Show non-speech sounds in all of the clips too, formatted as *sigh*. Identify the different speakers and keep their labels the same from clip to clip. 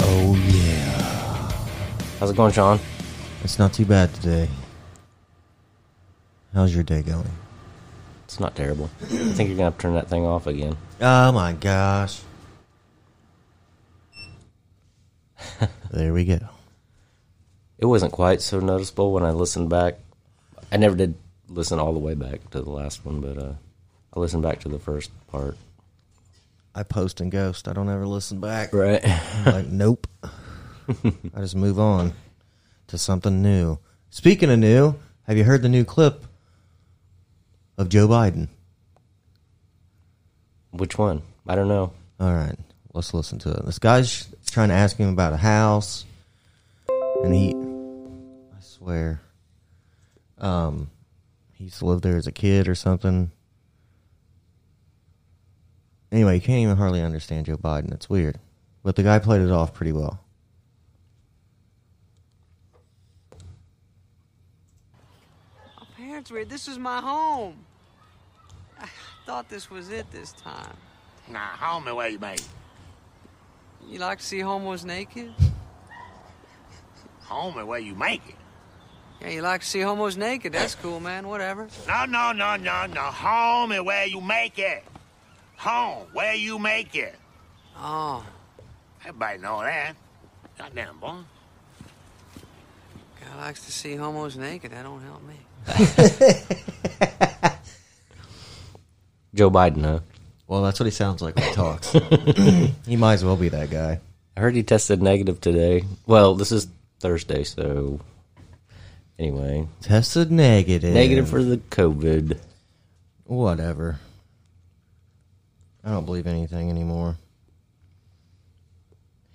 Speaker 1: Oh yeah,
Speaker 2: How's it going, Sean?
Speaker 1: it's not too bad today. How's your day going?
Speaker 2: It's not terrible. I think you're gonna have to turn that thing off again.
Speaker 1: Oh my gosh. *laughs* there we go.
Speaker 2: It wasn't quite so noticeable when I listened back. I never did listen all the way back to the last one, but uh, I listened back to the first part.
Speaker 1: I post and ghost. I don't ever listen back.
Speaker 2: Right.
Speaker 1: I'm like, *laughs* nope. I just move on to something new. Speaking of new, have you heard the new clip of Joe Biden?
Speaker 2: Which one? I don't know.
Speaker 1: All right, let's listen to it. This guy's trying to ask him about a house, and he, I swear, um, he used to live there as a kid or something. Anyway, you can't even hardly understand Joe Biden. It's weird, but the guy played it off pretty well.
Speaker 3: My parents were. This was my home. I thought this was it this time.
Speaker 4: Now, home away, mate.
Speaker 3: You like to see homos naked?
Speaker 4: Home away, you make it.
Speaker 3: Yeah, you like to see homos naked. That's cool, man. Whatever.
Speaker 4: No, no, no, no, no. Home and where you make it. Home, where you make it.
Speaker 3: Oh,
Speaker 4: Everybody know that. Goddamn, boy.
Speaker 3: guy likes to see homos naked. That don't help me.
Speaker 2: Joe Biden, huh?
Speaker 1: Well, that's what he sounds like when he talks. *coughs* he might as well be that guy.
Speaker 2: I heard he tested negative today. Well, this is Thursday, so anyway,
Speaker 1: Tested negative.
Speaker 2: negative for the COVID.
Speaker 1: whatever. I don't believe anything anymore.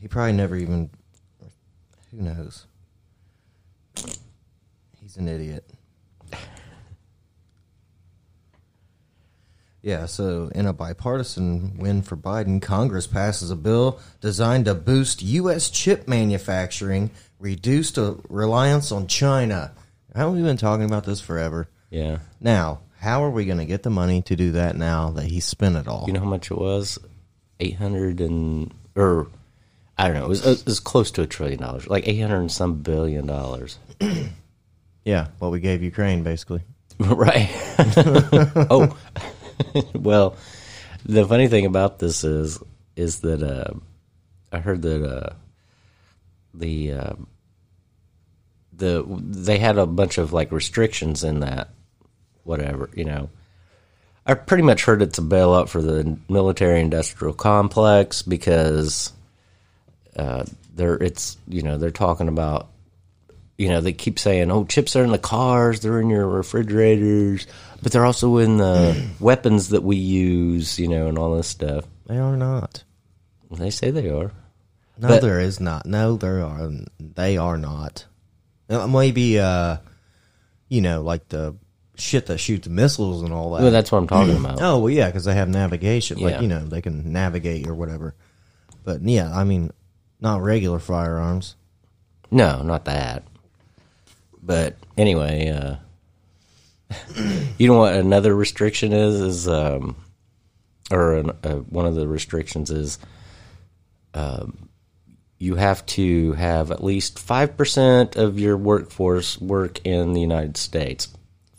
Speaker 1: He probably never even. Who knows? He's an idiot. *laughs* Yeah, so in a bipartisan win for Biden, Congress passes a bill designed to boost U.S. chip manufacturing, reduce the reliance on China. Haven't we been talking about this forever?
Speaker 2: Yeah.
Speaker 1: Now, how are we going to get the money to do that now that he spent it all?
Speaker 2: you know how much it was? Eight hundred and or I don't know. It was, it was close to a trillion dollars, like eight hundred and some billion dollars,
Speaker 1: yeah, what we gave Ukraine, basically.
Speaker 2: *laughs* right? oh, *laughs* well. The funny thing about this is, is that uh, I heard that uh, the uh, the they had a bunch of like restrictions in that whatever you know. I pretty much heard it's a bailout for the military industrial complex because uh, they're it's you know they're talking about you know they keep saying oh chips are in the cars they're in your refrigerators but they're also in the weapons that we use you know and all this stuff
Speaker 1: They are not.
Speaker 2: they say they are
Speaker 1: No,
Speaker 2: But-
Speaker 1: there is not. No, there are. They are not. Uh, Maybe, uh, you know, like the shit that shoots missiles and all that.
Speaker 2: well that's what I'm talking about
Speaker 1: oh, well, yeah, because they have navigation.
Speaker 2: Yeah.
Speaker 1: Like, you know, they can navigate or whatever. But, yeah, I mean, not regular firearms.
Speaker 2: No, not that. But anyway, uh, *laughs* you know what another restriction is is um, or an, uh, one of the restrictions is um, you have to have at least five percent of your workforce work in the United States.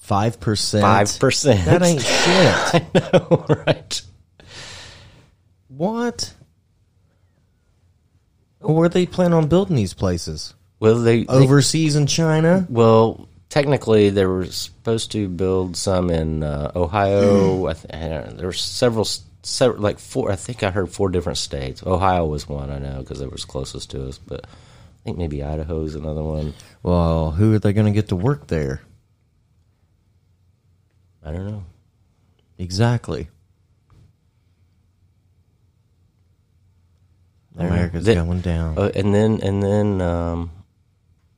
Speaker 1: 5%.
Speaker 2: Five percent.
Speaker 1: That
Speaker 2: *laughs*
Speaker 1: ain't shit.
Speaker 2: no, right.
Speaker 1: What? Where they plan on building these places?
Speaker 2: Well, they they-
Speaker 1: Overseas in China?
Speaker 2: Well, technically, they were supposed to build some in uh, Ohio. I th- I don't know. There were several, several, like four. I think I heard four different states. Ohio was one I know because it was closest to us, but I think maybe Idaho's another one.
Speaker 1: Well, who are they going to get to work there?
Speaker 2: I don't know.
Speaker 1: Exactly.
Speaker 2: know.
Speaker 1: America America's
Speaker 2: The-
Speaker 1: going down.
Speaker 2: Uh, and then and then um,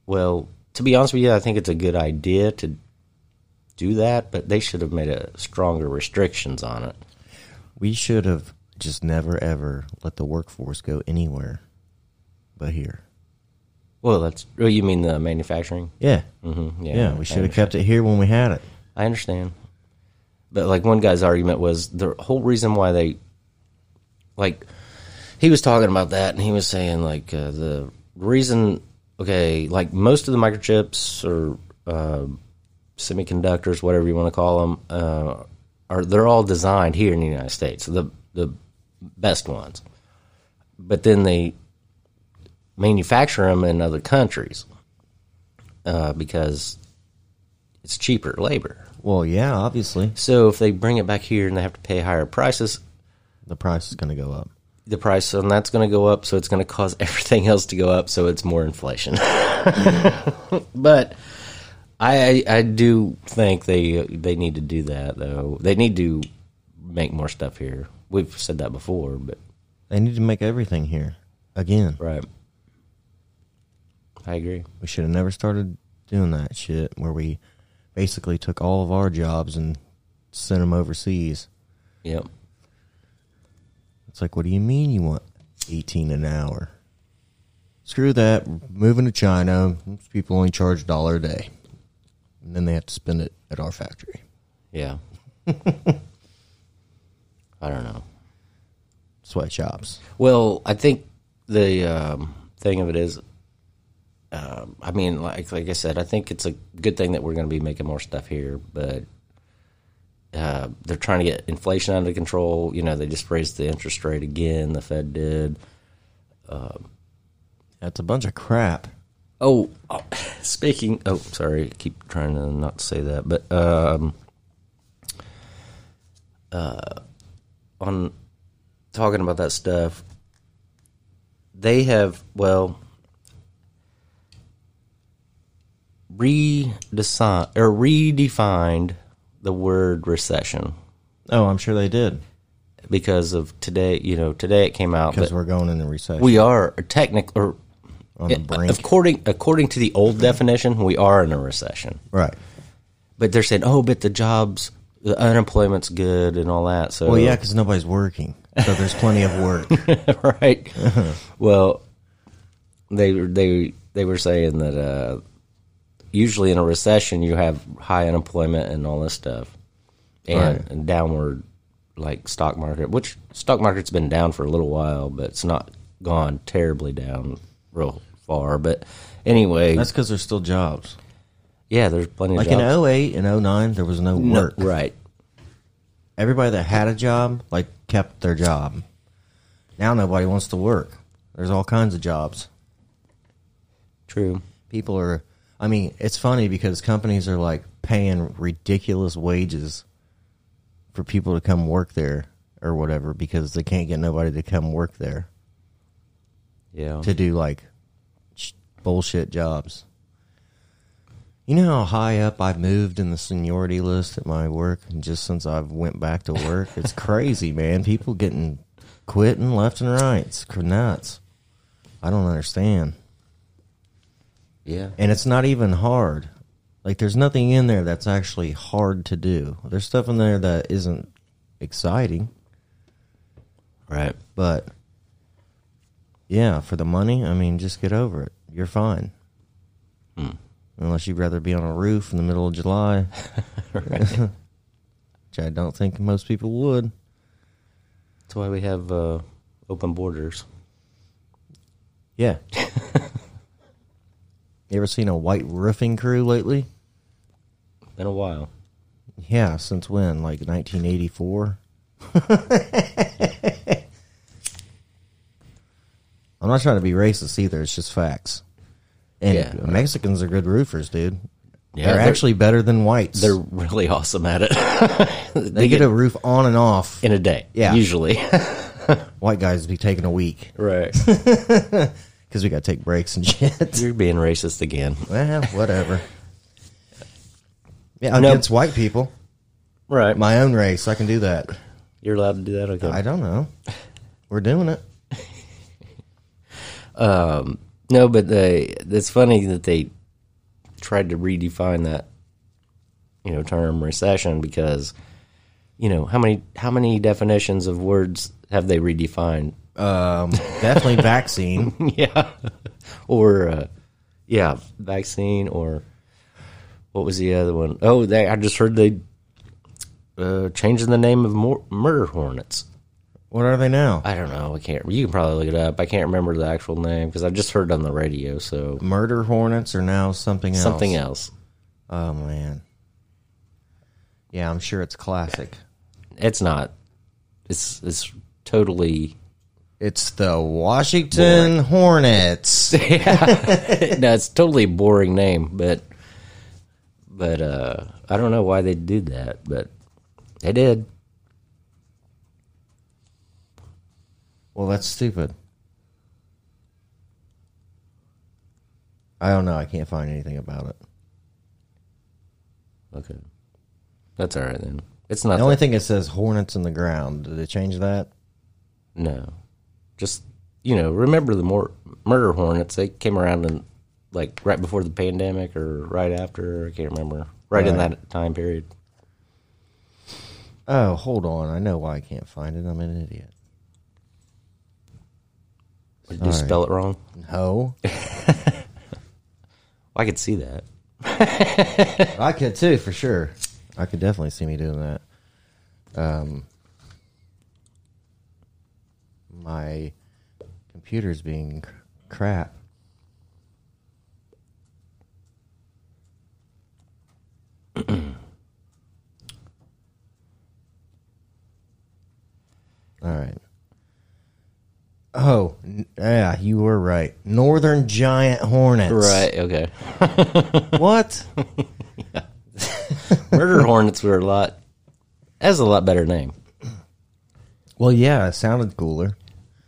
Speaker 2: well, to be honest with you, I think it's a good idea to do that, but they should have made a stronger restrictions on it.
Speaker 1: we should have just never ever let the workforce go anywhere but here.
Speaker 2: Well, that's oh, you mean the manufacturing?
Speaker 1: Yeah.
Speaker 2: Mm-hmm. Yeah,
Speaker 1: Yeah,
Speaker 2: I
Speaker 1: we should have kept it here when we had it.
Speaker 2: I understand. But like one guy's argument was the whole reason why they like he was talking about that and he was saying like uh, the reason okay like most of the microchips or uh, semiconductors whatever you want to call them uh, are they're all designed here in the United States the the best ones but then they manufacture them in other countries uh, because it's cheaper labor
Speaker 1: Well, yeah, obviously
Speaker 2: so if they bring it back here and they have to pay higher prices,
Speaker 1: the price is going to go up.
Speaker 2: the price on that's going to go up. So it's going to cause *laughs* everything else to go up. So it's more inflation. *laughs* but I, I I do think they they need to do that though. They need to make more stuff here. We've said that before, but
Speaker 1: They need to make everything here again.
Speaker 2: right. I agree.
Speaker 1: We should have never started doing that shit where we basically took all of our jobs and sent them overseas.
Speaker 2: Yep.
Speaker 1: It's like, what do you mean you want 18 an hour? Screw that. We're Moving to China, These people only charge a dollar a day. And then they have to spend it at our factory.
Speaker 2: Yeah. *laughs* I don't know.
Speaker 1: Sweatshops.
Speaker 2: Well, I think the um, thing of it is, um, I mean, like like I said, I think it's a good thing that we're going to be making more stuff here, but uh, they're trying to get inflation under control. You know, they just raised the interest rate again. The Fed did.
Speaker 1: That's a bunch of crap.
Speaker 2: Oh, oh, *sighs* speaking. Oh, sorry. I keep trying to not say that, but um, uh, on talking about that stuff, they have well redesign or redefined the word recession
Speaker 1: Oh, I'm sure they did
Speaker 2: because of today. You know, today it came out
Speaker 1: because
Speaker 2: that
Speaker 1: we're going into recession.
Speaker 2: we are technically or
Speaker 1: on *laughs* the
Speaker 2: uh,
Speaker 1: brink.
Speaker 2: According according to the old definition, we are in a recession.
Speaker 1: right.
Speaker 2: But they're saying, oh, but the jobs, the unemployment's good and all that. So
Speaker 1: Well, yeah, because nobody's working. So there's plenty of work. *laughs*
Speaker 2: *laughs* right. well, they they they were saying that uh, usually in a recession you have high unemployment and all this stuff, and,
Speaker 1: Right.
Speaker 2: and downward like stock market, which stock market's been down for a little while, but it's not gone terribly down real far. But anyway,
Speaker 1: *laughs* That's because there's still jobs.
Speaker 2: yeah, there's plenty of
Speaker 1: Like
Speaker 2: jobs.
Speaker 1: in 08 and 09, there was no
Speaker 2: No,
Speaker 1: work.
Speaker 2: right.
Speaker 1: Everybody that had a job, like, kept their job. Now nobody wants to work. There's all kinds of jobs.
Speaker 2: True.
Speaker 1: people are i mean it's funny because companies are like paying ridiculous wages for people to come work there or whatever because they can't get nobody to come work there
Speaker 2: Yeah.
Speaker 1: to do like sh- bullshit jobs you know how high up i moved in the seniority list at my work and just since i've went back to work it's crazy man people getting quitting left and right it's cr- nuts i don't understand
Speaker 2: Yeah.
Speaker 1: and it's not even hard. Like there's nothing in there that's actually hard to do. There's stuff in there that isn't exciting,
Speaker 2: Right.
Speaker 1: but yeah, for the money, I mean, just get over it. You're fine. Unless you'd rather be on a roof in the middle of July, *laughs* which I don't think most people would.
Speaker 2: That's why we have uh, open borders.
Speaker 1: Yeah. you ever seen a white roofing crew lately?
Speaker 2: Been a while.
Speaker 1: Yeah, since when? Like *laughs* 1984? I'm not trying to be racist either. It's just facts. And
Speaker 2: Yeah.
Speaker 1: Mexicans are good roofers, dude.
Speaker 2: Yeah,
Speaker 1: they're,
Speaker 2: they're-
Speaker 1: actually better than whites.
Speaker 2: *laughs* They're
Speaker 1: They
Speaker 2: really awesome at it. they,
Speaker 1: get a roof on and off.
Speaker 2: in a day.
Speaker 1: Yeah.
Speaker 2: Usually.
Speaker 1: White guys be taking a week
Speaker 2: *laughs* right.
Speaker 1: because we got to take breaks and *laughs* shit.
Speaker 2: *laughs* You're being racist again.
Speaker 1: well, whatever. Yeah,
Speaker 2: No.
Speaker 1: against white people,
Speaker 2: Right.
Speaker 1: my own race, I can do that.
Speaker 2: You're allowed to do that. Okay.
Speaker 1: I don't know. We're doing it.
Speaker 2: Um, no, but they, it's funny that they tried to redefine that, you know, term recession because, you know, how many how many definitions of words have they redefined? *laughs*
Speaker 1: Definitely vaccine.
Speaker 2: yeah, or uh, yeah, vaccine or what was the other one? Oh, they, I just heard they uh, changing the name of mor- murder hornets.
Speaker 1: What are they now?
Speaker 2: I don't know. I can't. You can probably look it up. I can't remember the actual name because I just heard it on the radio. So
Speaker 1: Murder hornets are now something else.
Speaker 2: something else.
Speaker 1: Oh man. Yeah, I'm sure it's classic.
Speaker 2: It's not. It's it's totally. *laughs*
Speaker 1: It's the Washington Hornets.
Speaker 2: No, it's totally a boring name, but but uh, I don't know why they did that, but they did.
Speaker 1: Well, that's stupid. I don't know. I can't find anything about it.
Speaker 2: Okay, that's all right then. It's not.
Speaker 1: The only thing it says Hornets in the ground. Did they change that?
Speaker 2: that- no, just you know, remember the more murder hornets? They came around and like right before the pandemic or right after. I can't remember. right. in
Speaker 1: Right.
Speaker 2: that time period.
Speaker 1: Oh, hold on. I know why I can't find it. I'm an idiot.
Speaker 2: Did you spell it wrong?
Speaker 1: No.
Speaker 2: I could see that.
Speaker 1: I could too, for sure. I could definitely see me doing that. Um, my computer's being cr- crap. *clears throat* All right. Oh, n- yeah, you were right. Northern giant hornets.
Speaker 2: Okay.
Speaker 1: What?
Speaker 2: Murder hornets were a lot. That's a lot better name.
Speaker 1: *laughs* well, yeah, it sounded cooler.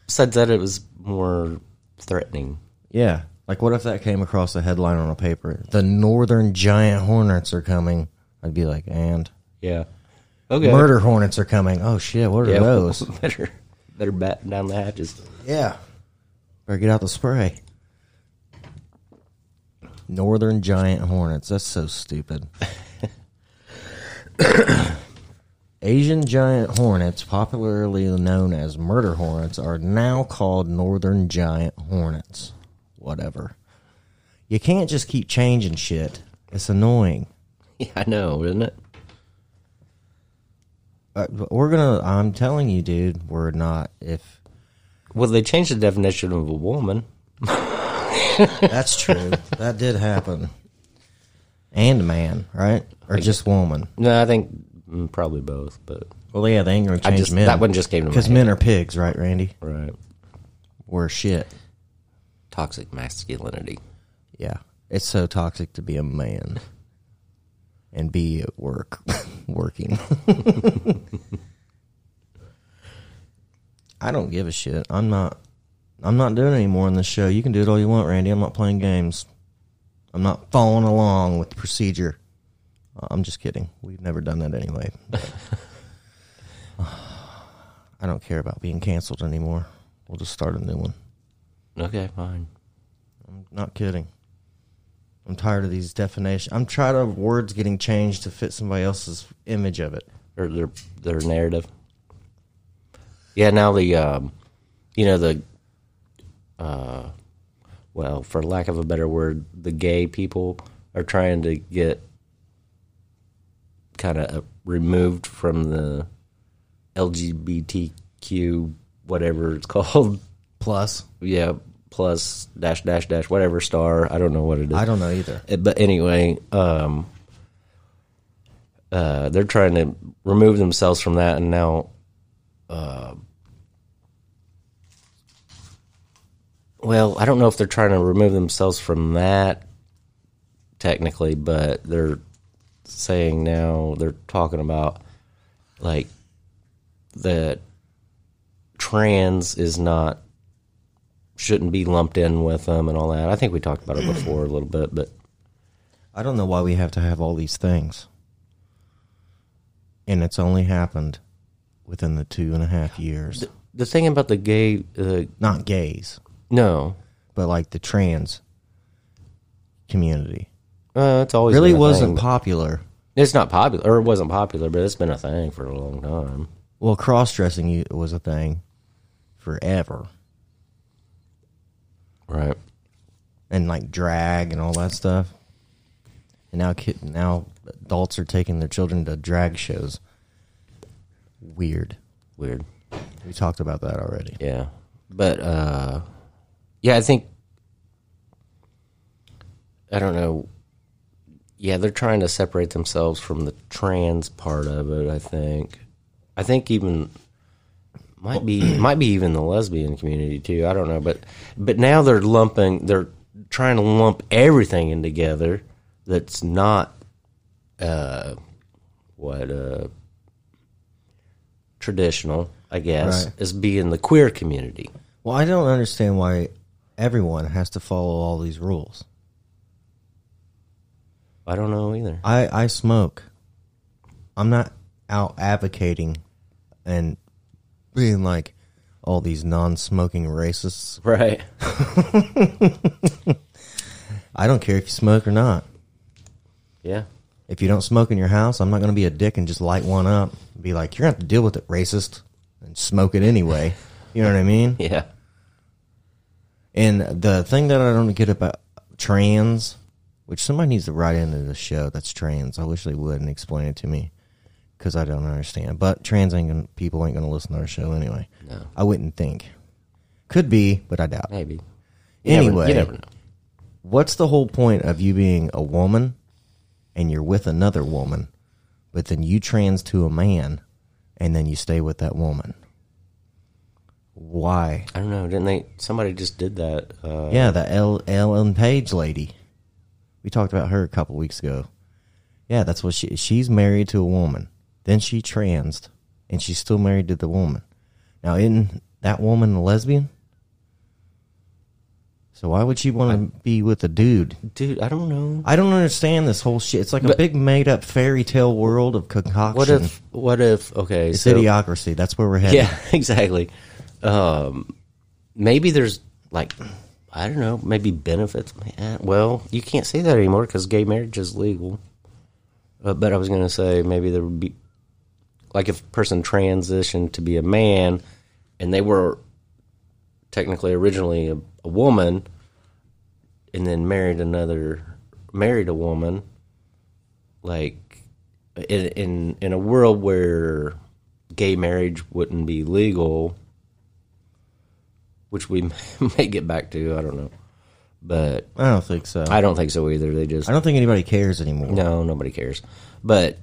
Speaker 2: Besides that, it was more threatening.
Speaker 1: Yeah. Like, what if that came across a headline on a paper? The northern giant hornets are coming. I'd be like, and
Speaker 2: Yeah. Okay.
Speaker 1: murder hornets are coming. Oh shit, what are
Speaker 2: Yeah.
Speaker 1: those?
Speaker 2: *laughs* better. Better bat down the hatches. *laughs*
Speaker 1: yeah. Better get out the spray. Northern giant hornets. That's so stupid. Asian giant hornets, popularly known as murder hornets, are now called northern giant hornets. Whatever. You can't just keep changing shit. It's annoying.
Speaker 2: Yeah, I know, isn't it?
Speaker 1: Uh, but we're gonna. I'm telling you, dude. We're not. If
Speaker 2: Well, they changed the definition of a woman.
Speaker 1: that's true, that did happen. And man, right? Or just woman?
Speaker 2: No, I think mm, probably both, but
Speaker 1: Well, yeah, they ain't gonna
Speaker 2: I
Speaker 1: change
Speaker 2: just
Speaker 1: men.
Speaker 2: that one just came to my
Speaker 1: because
Speaker 2: head.
Speaker 1: men are pigs, right, Randy?
Speaker 2: Right.
Speaker 1: We're shit.
Speaker 2: Toxic masculinity.
Speaker 1: Yeah, it's so toxic to be a man and be at work, *laughs* working. I don't give a shit. I'm not. I'm not doing any more on this show. You can do it all you want, Randy. I'm not playing games. I'm not following along with the procedure. Uh, I'm just kidding. We've never done that anyway. uh, I don't care about being canceled anymore. We'll just start a new one.
Speaker 2: Okay, fine.
Speaker 1: Not kidding. I'm tired of these definitions. I'm tired of words getting changed to fit somebody else's image of it.
Speaker 2: or their their narrative. Yeah, now the um, you know the uh, well, for lack of a better word, the gay people are trying to get kind of removed from the LGBTQ whatever it's *laughs* called.
Speaker 1: Plus,
Speaker 2: yeah, plus dash dash dash whatever star. I don't know what it is.
Speaker 1: I don't know either.
Speaker 2: Uh, but anyway, um, uh, they're trying to remove themselves from that, and now, uh, well, I don't know if they're trying to remove themselves from that technically, but they're saying now they're talking about like that trans is not shouldn't be lumped in with them and all that. I think we talked about it before a little bit, but
Speaker 1: I don't know why we have to have all these things. And it's only happened within the two and a half years.
Speaker 2: the thing about the gay, uh,
Speaker 1: Not gays.
Speaker 2: no,
Speaker 1: but like the trans community
Speaker 2: Uh, it's always
Speaker 1: really
Speaker 2: been a
Speaker 1: wasn't
Speaker 2: thing.
Speaker 1: popular.
Speaker 2: It's not popular, or it wasn't popular, but it's been a thing for a long time.
Speaker 1: Well, cross dressing was a thing forever,
Speaker 2: Right.
Speaker 1: and like drag and all that stuff. And now, kid, now adults are taking their children to drag shows. Weird.
Speaker 2: Weird.
Speaker 1: We talked about that already.
Speaker 2: Yeah. But uh yeah, I think I don't know. Yeah, they're trying to separate themselves from the trans part of it, I think. I think even might be might be even the lesbian community too. I don't know, but but now they're lumping they're trying to lump everything in together that's not uh what uh traditional, I guess,
Speaker 1: Right.
Speaker 2: as being the queer community.
Speaker 1: Well, I don't understand why everyone has to follow all these rules.
Speaker 2: I don't know either.
Speaker 1: I, I smoke. I'm not out advocating and being like all these non smoking racists.
Speaker 2: *laughs* Right.
Speaker 1: I don't care if you smoke or not.
Speaker 2: Yeah.
Speaker 1: If you don't smoke in your house, I'm not going to be a dick and just light one up and be like, you're going to have to deal with it, racist, and smoke it anyway. You know what I mean?
Speaker 2: Yeah.
Speaker 1: And the thing that I don't get about trans, which somebody needs to write into the show that's trans. I wish they would and explain it to me because I don't understand. But trans ain't gonna, people ain't going to listen to our show anyway. No. I wouldn't think. Could be, but I doubt.
Speaker 2: Maybe. You never-
Speaker 1: Anyway,
Speaker 2: you never know.
Speaker 1: what's the whole point of you being a woman and you're with another woman, but then you trans to a man and then you stay with that woman? Why?
Speaker 2: I don't know. Didn't they? Somebody just did that. Uh,
Speaker 1: Yeah, the L Ellen Page lady. We talked about her a couple weeks ago. Yeah, that's what she she's married to a woman. Then she transed and she's still married to the woman. Now isn't that woman a lesbian? So why would she want to be with a dude?
Speaker 2: dude, I don't know.
Speaker 1: I don't understand this whole shit. It's like a
Speaker 2: But-
Speaker 1: big made up fairy tale world of concoction.
Speaker 2: What if? What if? Okay.
Speaker 1: it's
Speaker 2: so,
Speaker 1: idiocracy. That's where we're headed.
Speaker 2: Yeah. *laughs* Exactly. Um, maybe there's like, I don't know. Maybe benefits. Man, well, you can't say that anymore because gay marriage is legal. Uh, but I was gonna say maybe there would be, like, if a person transitioned to be a man, and they were technically originally a, a woman, and then married another, married a woman, like in in in a world where gay marriage wouldn't be legal, which we *laughs* may get back to. I don't know, but
Speaker 1: I don't think so. I,
Speaker 2: I don't think so either. They just
Speaker 1: don't think anybody cares anymore.
Speaker 2: no, nobody cares. But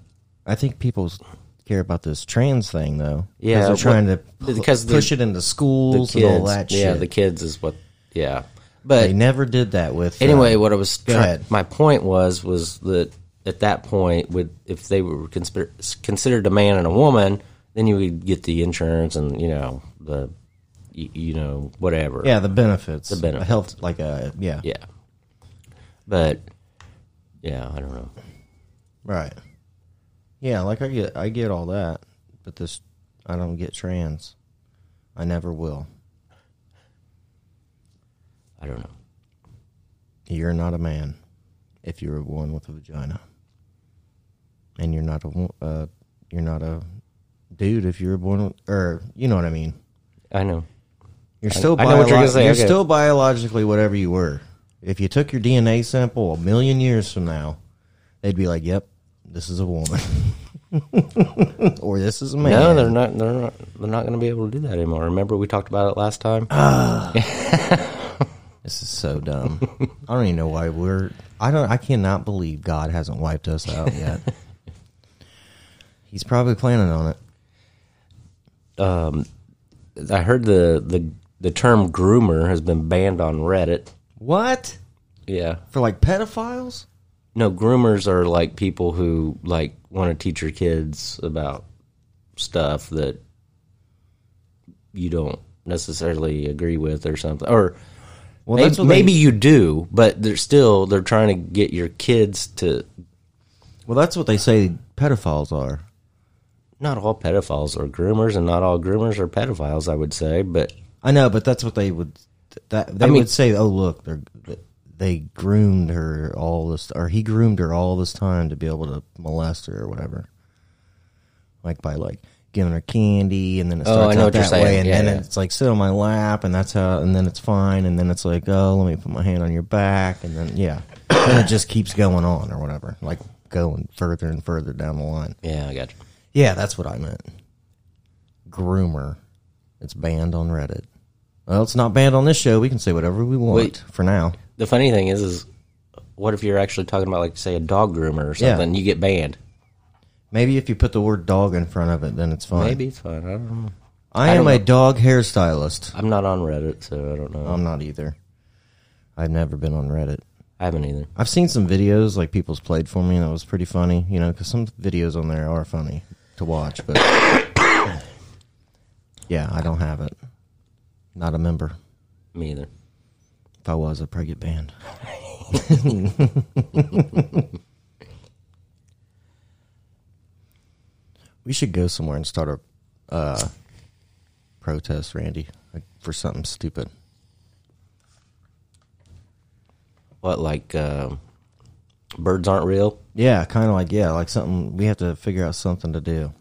Speaker 1: I think people care about this trans thing though. 'Cause
Speaker 2: Yeah,
Speaker 1: they're
Speaker 2: what-
Speaker 1: trying to pu-
Speaker 2: because the-
Speaker 1: push it into
Speaker 2: the
Speaker 1: schools
Speaker 2: kids,
Speaker 1: and all that shit.
Speaker 2: yeah, the kids is what, yeah.
Speaker 1: they
Speaker 2: But
Speaker 1: never did that with. uh,
Speaker 2: anyway, what I was
Speaker 1: go
Speaker 2: try-
Speaker 1: ahead.
Speaker 2: my point was was that at that point, would if they were consider- considered a man and a woman, then you would get the insurance and you know the you, you know whatever.
Speaker 1: yeah, the benefits, the
Speaker 2: benefits.
Speaker 1: health, like a yeah,
Speaker 2: yeah. But yeah, I don't know.
Speaker 1: right, yeah. Like I get, I get all that, but this, I don't get trans. I never will.
Speaker 2: I don't know.
Speaker 1: You're not a man if you're one with a vagina, and you're not a wo- uh, you're not a dude if you're born with, or you know what I mean.
Speaker 2: I know.
Speaker 1: You're still
Speaker 2: I know what you're gonna
Speaker 1: biolo-
Speaker 2: say,
Speaker 1: you're
Speaker 2: okay.
Speaker 1: still biologically whatever you were. If you took your DNA sample a million years from now, they'd be like, "Yep, this is a woman," *laughs* or "This is a man."
Speaker 2: No, they're not. They're not. They're not going to be able to do that anymore. Remember, we talked about it last time.
Speaker 1: This is so dumb. I don't even know why we're. I don't. I cannot believe God hasn't wiped us out *laughs* yet. He's probably planning on it.
Speaker 2: I heard the the the term groomer has been banned on Reddit.
Speaker 1: What
Speaker 2: Yeah.
Speaker 1: for like pedophiles?
Speaker 2: No, groomers are like people who like want to teach your kids about stuff that you don't necessarily agree with or something. Or
Speaker 1: Well,
Speaker 2: maybe,
Speaker 1: that's what
Speaker 2: maybe
Speaker 1: They,
Speaker 2: you do, but they're still they're trying to get your kids to
Speaker 1: well, that's what they say pedophiles are.
Speaker 2: not all pedophiles are groomers and not all groomers are pedophiles, I would say, but
Speaker 1: I know, but that's what they would. That they
Speaker 2: mean-
Speaker 1: would say, "Oh, look, they're, they groomed her all this, or he groomed her all this time to be able to molest her or whatever." Like by like giving her candy, and then it
Speaker 2: Oh, I
Speaker 1: starts
Speaker 2: know
Speaker 1: out
Speaker 2: what you're
Speaker 1: that
Speaker 2: saying.
Speaker 1: way, and
Speaker 2: Yeah,
Speaker 1: then
Speaker 2: yeah.
Speaker 1: it's like sit on my lap, and that's how, and then it's fine, and then it's like, oh, let me put my hand on your back, and then yeah, *coughs* then it just keeps going on or whatever, like going further and further down the line.
Speaker 2: Yeah, I got you.
Speaker 1: Yeah, that's what I meant. Groomer. It's banned on Reddit. Well, it's not banned on this show. We can say whatever we want
Speaker 2: Wait.
Speaker 1: for now.
Speaker 2: The funny thing is, is what if you're actually talking about like say a dog groomer or
Speaker 1: Yeah.
Speaker 2: something? You get banned.
Speaker 1: Maybe if you put the word dog in front of it, then it's fine.
Speaker 2: Maybe it's fine. I don't know.
Speaker 1: I, am a dog hairstylist.
Speaker 2: I'm not on Reddit, so I don't know.
Speaker 1: I'm not either. I've never been on Reddit.
Speaker 2: I haven't either.
Speaker 1: I've seen some videos like people's played for me, and that was pretty funny, you know, because some videos on there are funny to watch, but *coughs* yeah, I don't have it. Not a member.
Speaker 2: Me either.
Speaker 1: If I was, I'd probably get *laughs* banned. we should go somewhere and start a uh, protest, Randy, like for something stupid.
Speaker 2: What like um, birds aren't real?
Speaker 1: Yeah, kind of like yeah, like something. We have to figure out something to do.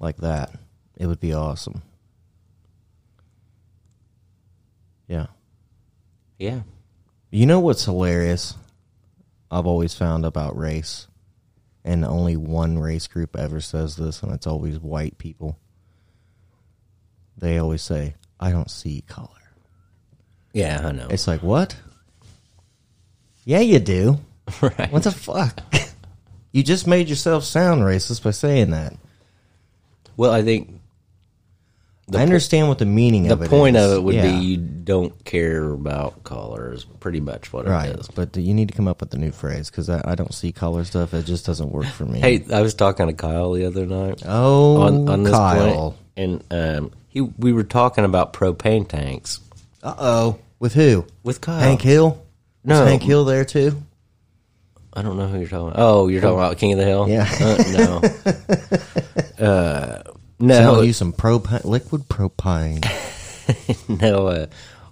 Speaker 1: Like that, it would be awesome. Yeah.
Speaker 2: Yeah.
Speaker 1: You know what's hilarious? I've always found about race, and only one race group ever says this, and it's always white people. They always say, I don't see color.
Speaker 2: Yeah, I know.
Speaker 1: It's like, what? Yeah, you do.
Speaker 2: *laughs* right.
Speaker 1: What the fuck? *laughs* you just made yourself sound racist by saying that.
Speaker 2: Well, I think
Speaker 1: I understand what the meaning
Speaker 2: the
Speaker 1: of it is.
Speaker 2: point of it would
Speaker 1: Yeah.
Speaker 2: be you don't care about colors, pretty much what
Speaker 1: Right,
Speaker 2: it is.
Speaker 1: but you need to come up with a new phrase because I, I don't see color stuff. It just doesn't work for me.
Speaker 2: Hey, I was talking to Kyle the other night.
Speaker 1: oh,
Speaker 2: on, on this
Speaker 1: Kyle.
Speaker 2: point, and um, he we were talking about propane tanks
Speaker 1: Uh oh. With who?
Speaker 2: with Kyle.
Speaker 1: Hank Hill? Was
Speaker 2: No.
Speaker 1: Hank Hill there too?
Speaker 2: I don't know who you're talking. Oh, you're talking about King of the Hill.
Speaker 1: Yeah.
Speaker 2: Uh, no. uh,
Speaker 1: *laughs* Tell
Speaker 2: no,
Speaker 1: you some propine, liquid *laughs* propine.
Speaker 2: *laughs* no. Uh,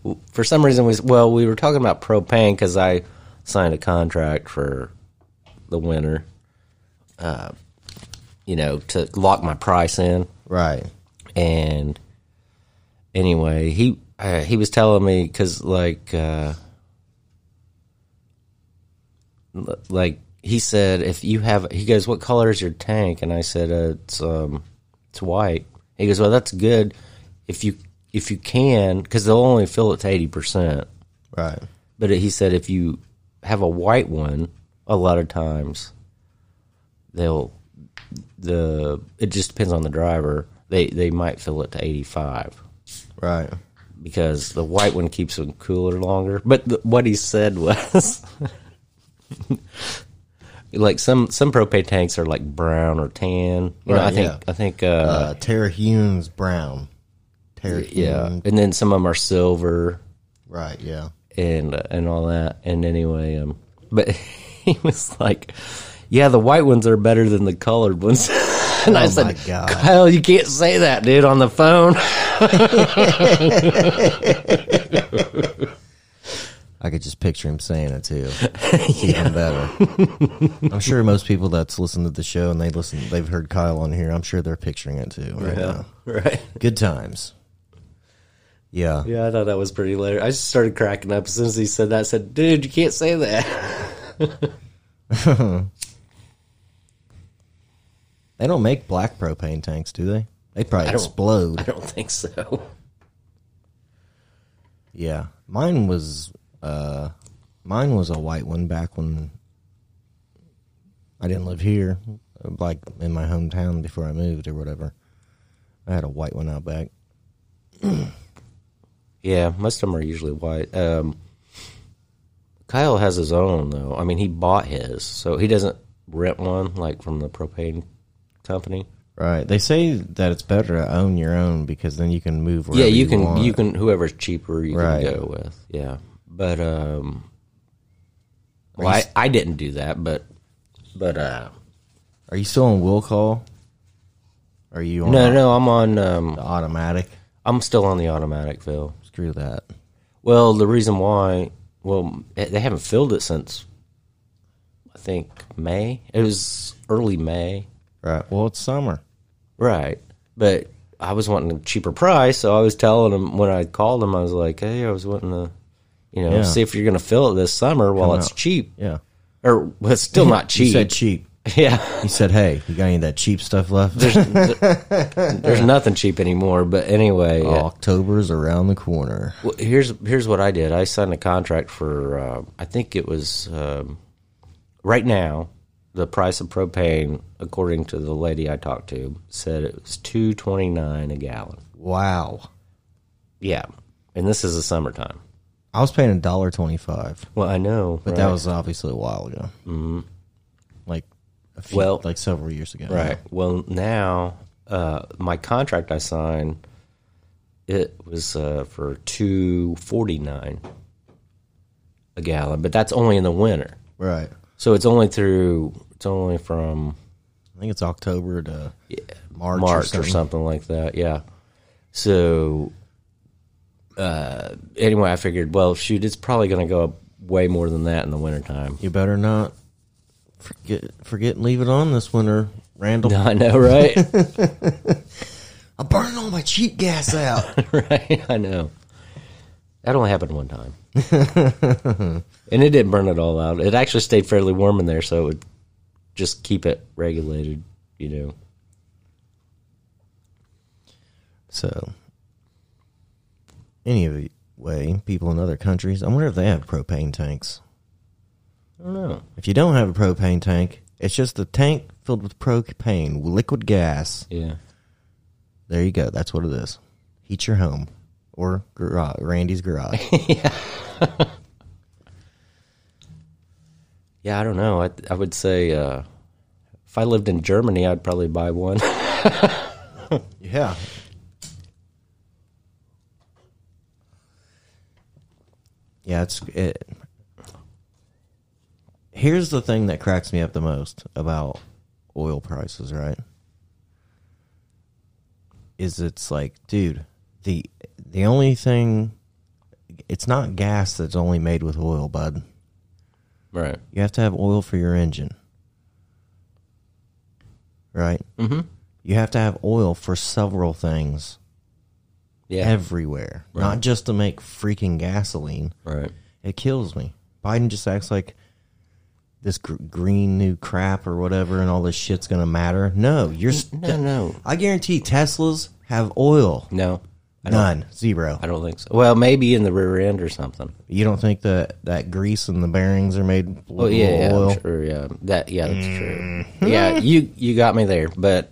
Speaker 2: w- for some reason, we s- well we were talking about propane because I signed a contract for the winter. Uh, you know, to lock my price in.
Speaker 1: right.
Speaker 2: and anyway, he uh, he was telling me because like uh, l- like he said if you have he goes what color is your tank and I said uh, it's um it's white he goes well that's good if you if you can because they'll only fill it to eighty percent
Speaker 1: Right.
Speaker 2: but he said if you have a white one, a lot of times they'll the it just depends on the driver. They they might fill it to eighty five
Speaker 1: Right.
Speaker 2: because the white one keeps them cooler longer. But th- what he said was. *laughs* Like some some propane tanks are like brown or tan. You know,
Speaker 1: Right,
Speaker 2: I think
Speaker 1: yeah.
Speaker 2: I think uh,
Speaker 1: Uh, Tara Humes Brown. Tara
Speaker 2: yeah,
Speaker 1: Humes.
Speaker 2: and then some of them are silver.
Speaker 1: Right, yeah.
Speaker 2: and and all that. And anyway, um, but *laughs* he was like, "Yeah, the white ones are better than the colored ones." *laughs* and I
Speaker 1: Oh,
Speaker 2: said,
Speaker 1: my God.
Speaker 2: "Kyle, you can't say that, dude, on the phone." *laughs*
Speaker 1: I could just picture him saying it *laughs* too. It's even better. I'm sure most people that's listened to the show and they listen, they've heard Kyle on here. I'm sure they're picturing it too. Right now.
Speaker 2: right?
Speaker 1: Good times. Yeah.
Speaker 2: Yeah, I thought that was pretty hilarious. I just started cracking up as soon as he said that. I said, "Dude, you can't say that." *laughs*
Speaker 1: They don't make black propane tanks, do they? They probably
Speaker 2: don't-
Speaker 1: explode.
Speaker 2: I don't think so.
Speaker 1: Yeah, mine was uh, mine was a white one back when I didn't live here, like in my hometown before I moved or whatever. I had a white one out back.
Speaker 2: Yeah, most of them are usually white. Um, Kyle has his own though. I mean, he bought his, so he doesn't rent one like from the propane company.
Speaker 1: Right. They say that it's better to own your own because then you can move. Wherever
Speaker 2: yeah you can
Speaker 1: want.
Speaker 2: you can whoever's cheaper you
Speaker 1: Right.
Speaker 2: can go with yeah but um well I, I didn't do that but but uh
Speaker 1: Are you still on will call? Are you on
Speaker 2: no no i'm on um
Speaker 1: the automatic?
Speaker 2: i'm still on the automatic phil
Speaker 1: Screw that.
Speaker 2: Well, the reason why, well, they haven't filled it since I think May. It was early May,
Speaker 1: Right. Well, it's summer.
Speaker 2: right? But I was wanting a cheaper price, so I was telling them when I called them, I was like, "Hey, I was wanting to, you know,
Speaker 1: Yeah.
Speaker 2: see if you're going to fill it this summer while
Speaker 1: Come
Speaker 2: it's
Speaker 1: out.
Speaker 2: cheap,
Speaker 1: Yeah.
Speaker 2: or well,
Speaker 1: *laughs*
Speaker 2: it's still not
Speaker 1: He
Speaker 2: cheap." *laughs*
Speaker 1: said cheap.
Speaker 2: yeah,
Speaker 1: He said, "Hey, you got any of that cheap stuff left?
Speaker 2: there's nothing cheap anymore. But anyway, uh,
Speaker 1: *laughs* Oh. October's around the corner."
Speaker 2: Well, here's here's what I did. I signed a contract for uh, I think it was um, right now the price of propane, according to the lady I talked to, said it was two twenty nine a gallon.
Speaker 1: Wow.
Speaker 2: Yeah, and this is the summertime.
Speaker 1: I was paying a dollar twenty-five,
Speaker 2: Well, I know,
Speaker 1: but that was obviously a while ago. Mm-hmm. Like, a few,
Speaker 2: Well-
Speaker 1: like several years ago.
Speaker 2: right. Well, now uh, my contract I signed it was uh, for two forty nine a gallon, but that's only in the winter.
Speaker 1: Right.
Speaker 2: So it's only through it's only from
Speaker 1: I think it's October to March,
Speaker 2: March, or, something. like that. Yeah. So uh, anyway, I figured, well, shoot, it's probably going to go up way more than that in the wintertime. *laughs*
Speaker 1: You better not forget forget and leave it on this winter, Randall.
Speaker 2: I know, right?
Speaker 1: I'm burning all my cheap gas
Speaker 2: *laughs*
Speaker 1: out.
Speaker 2: right? I know. That only happened one *laughs* time. and it didn't burn it all out. It actually stayed fairly warm in there, so it would just keep it regulated, you know.
Speaker 1: so, anyway, people in other countries, I wonder if they have propane tanks.
Speaker 2: I don't know.
Speaker 1: If you don't have a propane tank, it's just a tank filled with propane, liquid gas.
Speaker 2: Yeah.
Speaker 1: There you go. That's what it is. Heat your home or garage, Randy's garage.
Speaker 2: Yeah, I don't know. I I would say uh, if I lived in Germany, I'd probably buy one. *laughs*
Speaker 1: yeah. Yeah, it's it. Here's the thing that cracks me up the most about oil prices, right? Is it's like, dude, the the only thing it's not gas that's only made with oil, bud.
Speaker 2: right.
Speaker 1: You have to have oil for your engine. Right? Mm-hmm. You have to have oil for several things
Speaker 2: Yeah.
Speaker 1: everywhere, not just to make freaking gasoline.
Speaker 2: Right.
Speaker 1: It kills me. Biden just acts like this gr- green new crap or whatever and all this shit's going to matter. No, you're. St-
Speaker 2: No, no,
Speaker 1: I guarantee Teslas have oil.
Speaker 2: no. I don't,
Speaker 1: None. Zero.
Speaker 2: I don't think so. Well, maybe in the rear end or something.
Speaker 1: You don't think that that grease and the bearings are made with
Speaker 2: Oh yeah, yeah,
Speaker 1: oil?
Speaker 2: I'm sure, yeah. That yeah, that's
Speaker 1: Mm-hmm.
Speaker 2: true. Yeah, you you got me there, but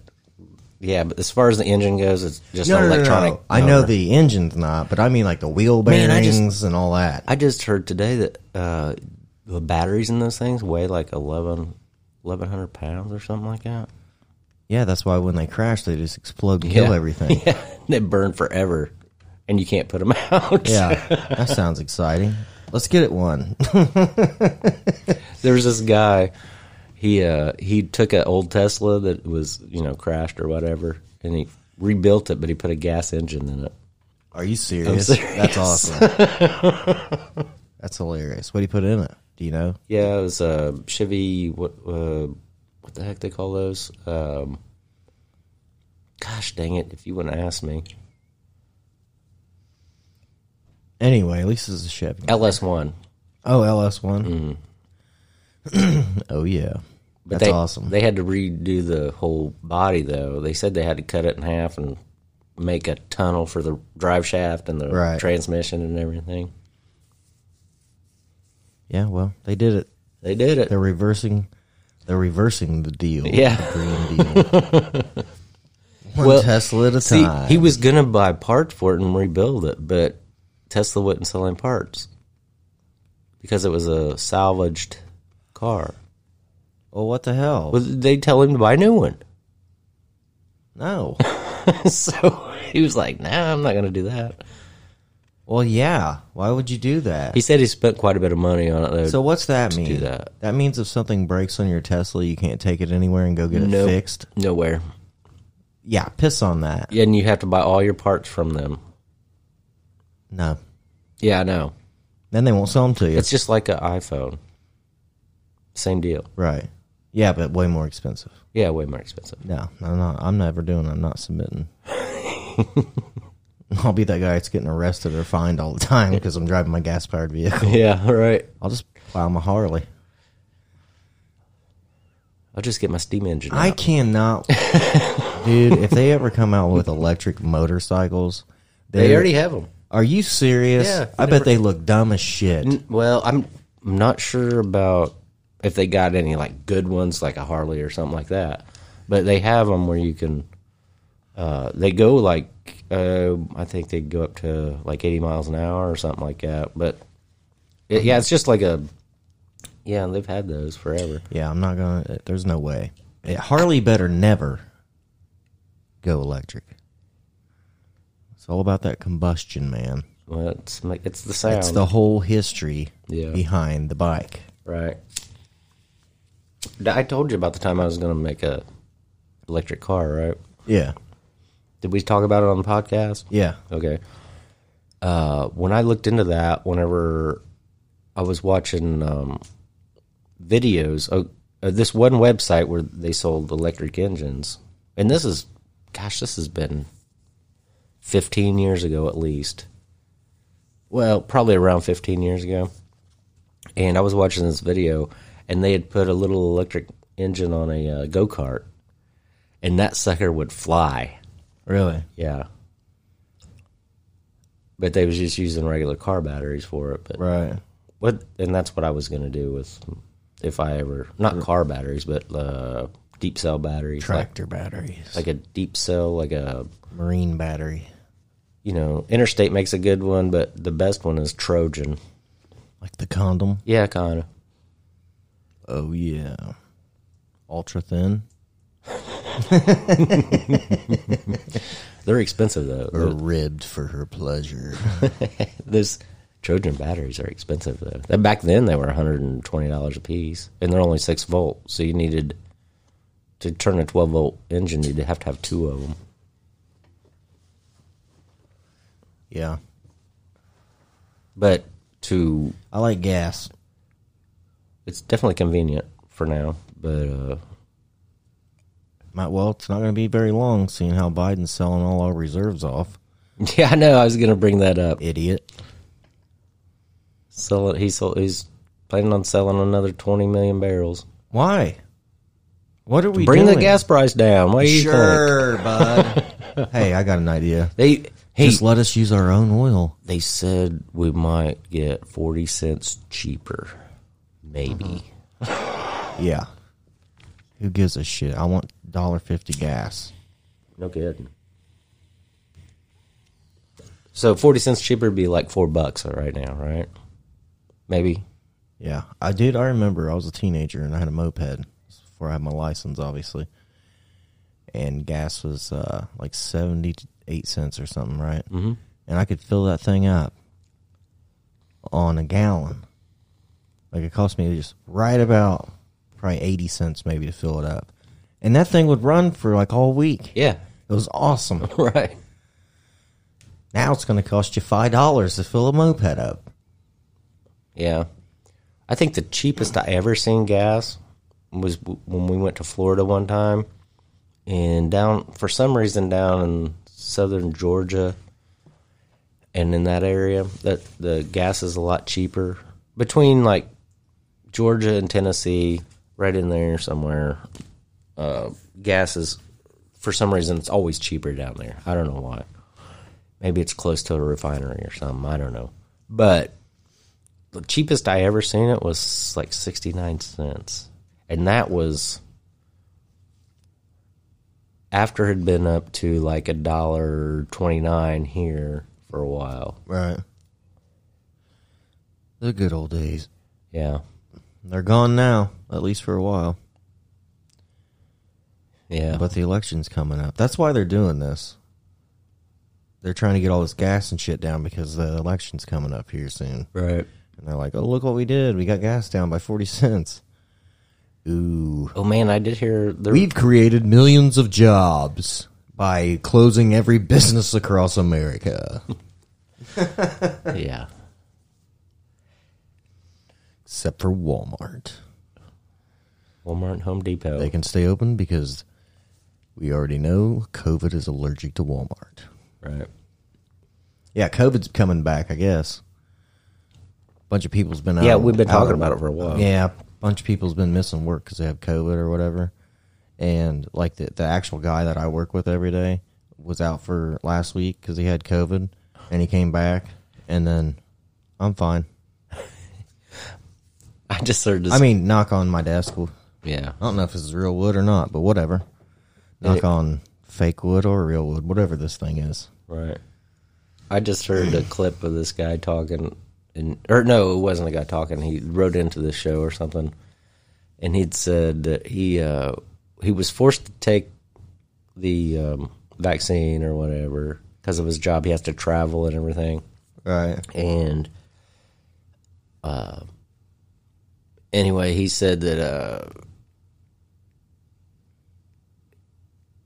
Speaker 2: yeah, but as far as the engine goes, it's just an electronic.
Speaker 1: I know
Speaker 2: motor.
Speaker 1: the engine's not, but I mean like the wheel bearings
Speaker 2: Man, I just-
Speaker 1: and all that.
Speaker 2: I just heard today that uh, the batteries in those things weigh like 11, 1,100 pounds or something like that.
Speaker 1: Yeah, that's why when they crash, they just explode and kill
Speaker 2: Yeah. *laughs*
Speaker 1: everything.
Speaker 2: Yeah, they burn forever, and you can't put them *laughs* out.
Speaker 1: Yeah, that sounds exciting. Let's get it one. *laughs*
Speaker 2: there was this guy he uh he took an old tesla that was you know crashed or whatever and he rebuilt it but he put a gas engine in it
Speaker 1: Are you serious?
Speaker 2: serious.
Speaker 1: That's awesome.
Speaker 2: *laughs*
Speaker 1: that's hilarious. What do you put in it? Do you know?
Speaker 2: yeah it was a chevy what uh what the heck they call those um gosh dang it if you wouldn't ask me
Speaker 1: Anyway, at least it's a Chevy.
Speaker 2: ls1
Speaker 1: oh, LS one. *clears throat* oh yeah, that's
Speaker 2: Mm-hmm. they,
Speaker 1: awesome.
Speaker 2: they had to redo the whole body though they said they had to cut it in half and make a tunnel for the drive shaft and the
Speaker 1: Right.
Speaker 2: transmission and everything
Speaker 1: yeah, well, they did it.
Speaker 2: they did it
Speaker 1: They're reversing. They're reversing the deal. *laughs*
Speaker 2: Yeah.
Speaker 1: the green deal. *laughs* One
Speaker 2: Well,
Speaker 1: Tesla at a
Speaker 2: See,
Speaker 1: time.
Speaker 2: he was gonna buy parts for it and rebuild it, but Tesla wouldn't sell him parts because it was a salvaged car.
Speaker 1: well, what the hell?
Speaker 2: Well, they tell him to buy a new one, *laughs*
Speaker 1: no.
Speaker 2: so he was like, "Nah, I'm not gonna do that."
Speaker 1: Well, yeah. Why would you do that?
Speaker 2: He said he spent quite a bit of money on it. Though.
Speaker 1: so what's that mean?
Speaker 2: do that.
Speaker 1: means if something breaks on your Tesla, you can't take it anywhere and go get it
Speaker 2: Nope.
Speaker 1: fixed.
Speaker 2: nowhere,
Speaker 1: Yeah, piss on that.
Speaker 2: and you have to buy all your parts from them.
Speaker 1: No,
Speaker 2: Yeah, I know.
Speaker 1: Then they won't sell them to you.
Speaker 2: It's just like an iPhone. Same deal.
Speaker 1: right. Yeah, but way more expensive.
Speaker 2: Yeah, way more expensive. *laughs*
Speaker 1: No, I'm not. I'm never doing. it. I'm not submitting. I'll be that guy that's getting arrested or fined all the time because I'm driving my gas powered vehicle.
Speaker 2: Yeah, right.
Speaker 1: I'll just plow my Harley.
Speaker 2: I'll just get my steam engine.
Speaker 1: I
Speaker 2: out. *laughs*
Speaker 1: cannot, dude. If they ever come out with electric motorcycles,
Speaker 2: They
Speaker 1: they're-
Speaker 2: already have them.
Speaker 1: Are you serious?
Speaker 2: Yeah,
Speaker 1: I bet they look dumb as shit.
Speaker 2: Well, I'm I'm not sure about if they got any like good ones, like a Harley or something like that. But they have them where you can. Uh, they go like uh, I think they go up to like 80 miles an hour or something like that. But it, yeah, it's just like a yeah. They've had those forever.
Speaker 1: Yeah, I'm not gonna. There's no way. It, Harley better never go electric. It's all about that combustion, man.
Speaker 2: Well, it's like it's the sound.
Speaker 1: It's the whole history
Speaker 2: Yeah.
Speaker 1: behind the bike.
Speaker 2: Right. D- I told you about the time I was going to make a electric car, right?
Speaker 1: Yeah,
Speaker 2: Did we talk about it on the podcast?
Speaker 1: yeah.
Speaker 2: Okay. Uh, when I looked into that, whenever I was watching um, videos, uh, uh, this one website where they sold electric engines, and this is, gosh, this has been 15 years ago at least. Well, probably around 15 years ago. And I was watching this video, and they had put a little electric engine on a uh, go kart, and that sucker would fly.
Speaker 1: Really?
Speaker 2: Yeah. But they was just using regular car batteries for it. But
Speaker 1: Right.
Speaker 2: what? And that's what I was gonna do with, if I ever not car batteries, but uh, deep cell batteries, like,
Speaker 1: Tractor batteries,
Speaker 2: like a deep cell, like a
Speaker 1: marine battery,
Speaker 2: you know, Interstate makes a good one, but the best one is Trojan.
Speaker 1: like the condom.
Speaker 2: Yeah, kind of.
Speaker 1: Oh yeah, ultra thin
Speaker 2: They're expensive though.
Speaker 1: or
Speaker 2: Th-
Speaker 1: ribbed for her pleasure. *laughs*
Speaker 2: Those Trojan batteries are expensive though. That back then they were one hundred and twenty dollars a piece, and they're only six volt. So you needed to turn a twelve volt engine, you'd have to have two of them.
Speaker 1: yeah,
Speaker 2: but to
Speaker 1: I like gas.
Speaker 2: it's definitely convenient for now but uh
Speaker 1: Might well, it's not going to be very long, seeing how Biden's selling all our reserves off.
Speaker 2: *laughs* yeah i know i was gonna bring that up
Speaker 1: Idiot.
Speaker 2: sell it he sold he's planning on selling another 20 million barrels
Speaker 1: Why? What are we
Speaker 2: bring
Speaker 1: doing?
Speaker 2: the gas price down what do you think
Speaker 1: Sure, bud. *laughs* hey, I got an idea.
Speaker 2: they hey
Speaker 1: Just let us use our own oil.
Speaker 2: they said we might get 40 cents cheaper maybe
Speaker 1: Mm-hmm. Yeah. Who gives a shit? I want dollar fifty gas.
Speaker 2: no kidding so 40 cents cheaper would be like four bucks right now right maybe
Speaker 1: Yeah, I did. I remember I was a teenager and I had a moped This was before I had my license, obviously. And gas was uh, like seventy-eight cents or something, right? Mm-hmm. And I could fill that thing up on a gallon. Like it cost me just right about probably eighty cents, maybe, to fill it up. And that thing would run for like all week.
Speaker 2: yeah *laughs*
Speaker 1: It was awesome.
Speaker 2: right
Speaker 1: now it's going to cost you five dollars to fill a moped up.
Speaker 2: Yeah. I think the cheapest I ever seen gas was w- when we went to Florida one time. And down, for some reason, down in southern Georgia and in that area, that the gas is a lot cheaper. Between like Georgia and Tennessee, right in there somewhere, uh, gas is, for some reason, it's always cheaper down there. I don't know why. Maybe it's close to a refinery or something. I don't know. But the cheapest I ever seen it was like 69 cents. And that was after it had been up to like a dollar 29 here for a while.
Speaker 1: Right. The good old days.
Speaker 2: Yeah.
Speaker 1: They're gone now, at least for a while.
Speaker 2: Yeah.
Speaker 1: But the election's coming up. That's why they're doing this. They're trying to get all this gas and shit down because the election's coming up here soon.
Speaker 2: right.
Speaker 1: And they're like, oh, look what we did. We got gas down by 40 cents. Ooh.
Speaker 2: Oh man, I did hear there
Speaker 1: We've created millions of jobs by closing every business across America.
Speaker 2: yeah.
Speaker 1: *laughs* except for Walmart.
Speaker 2: Walmart and Home Depot.
Speaker 1: They can stay open because we already know COVID is allergic to Walmart.
Speaker 2: right.
Speaker 1: Yeah, COVID's coming back, I guess. Bunch of people's been out.
Speaker 2: Yeah, we've been
Speaker 1: out
Speaker 2: talking
Speaker 1: of-
Speaker 2: about it for a while.
Speaker 1: Yeah, bunch of people's been missing work because they have COVID or whatever. And like the the actual guy that I work with every day was out for last week because he had COVID, and he came back, and then I'm fine.
Speaker 2: I just heard this.
Speaker 1: I mean, knock on my desk. I
Speaker 2: yeah.
Speaker 1: don't know if this is real wood or not, but whatever. Knock on fake wood or real wood, whatever this thing is.
Speaker 2: Right. I just heard a clip of this guy talking, and or no, it wasn't a guy talking. He wrote into the show or something, and he'd said that he uh, he was forced to take the um, vaccine or whatever because of his job. He has to travel and everything
Speaker 1: Right.
Speaker 2: and uh, anyway, he said that uh,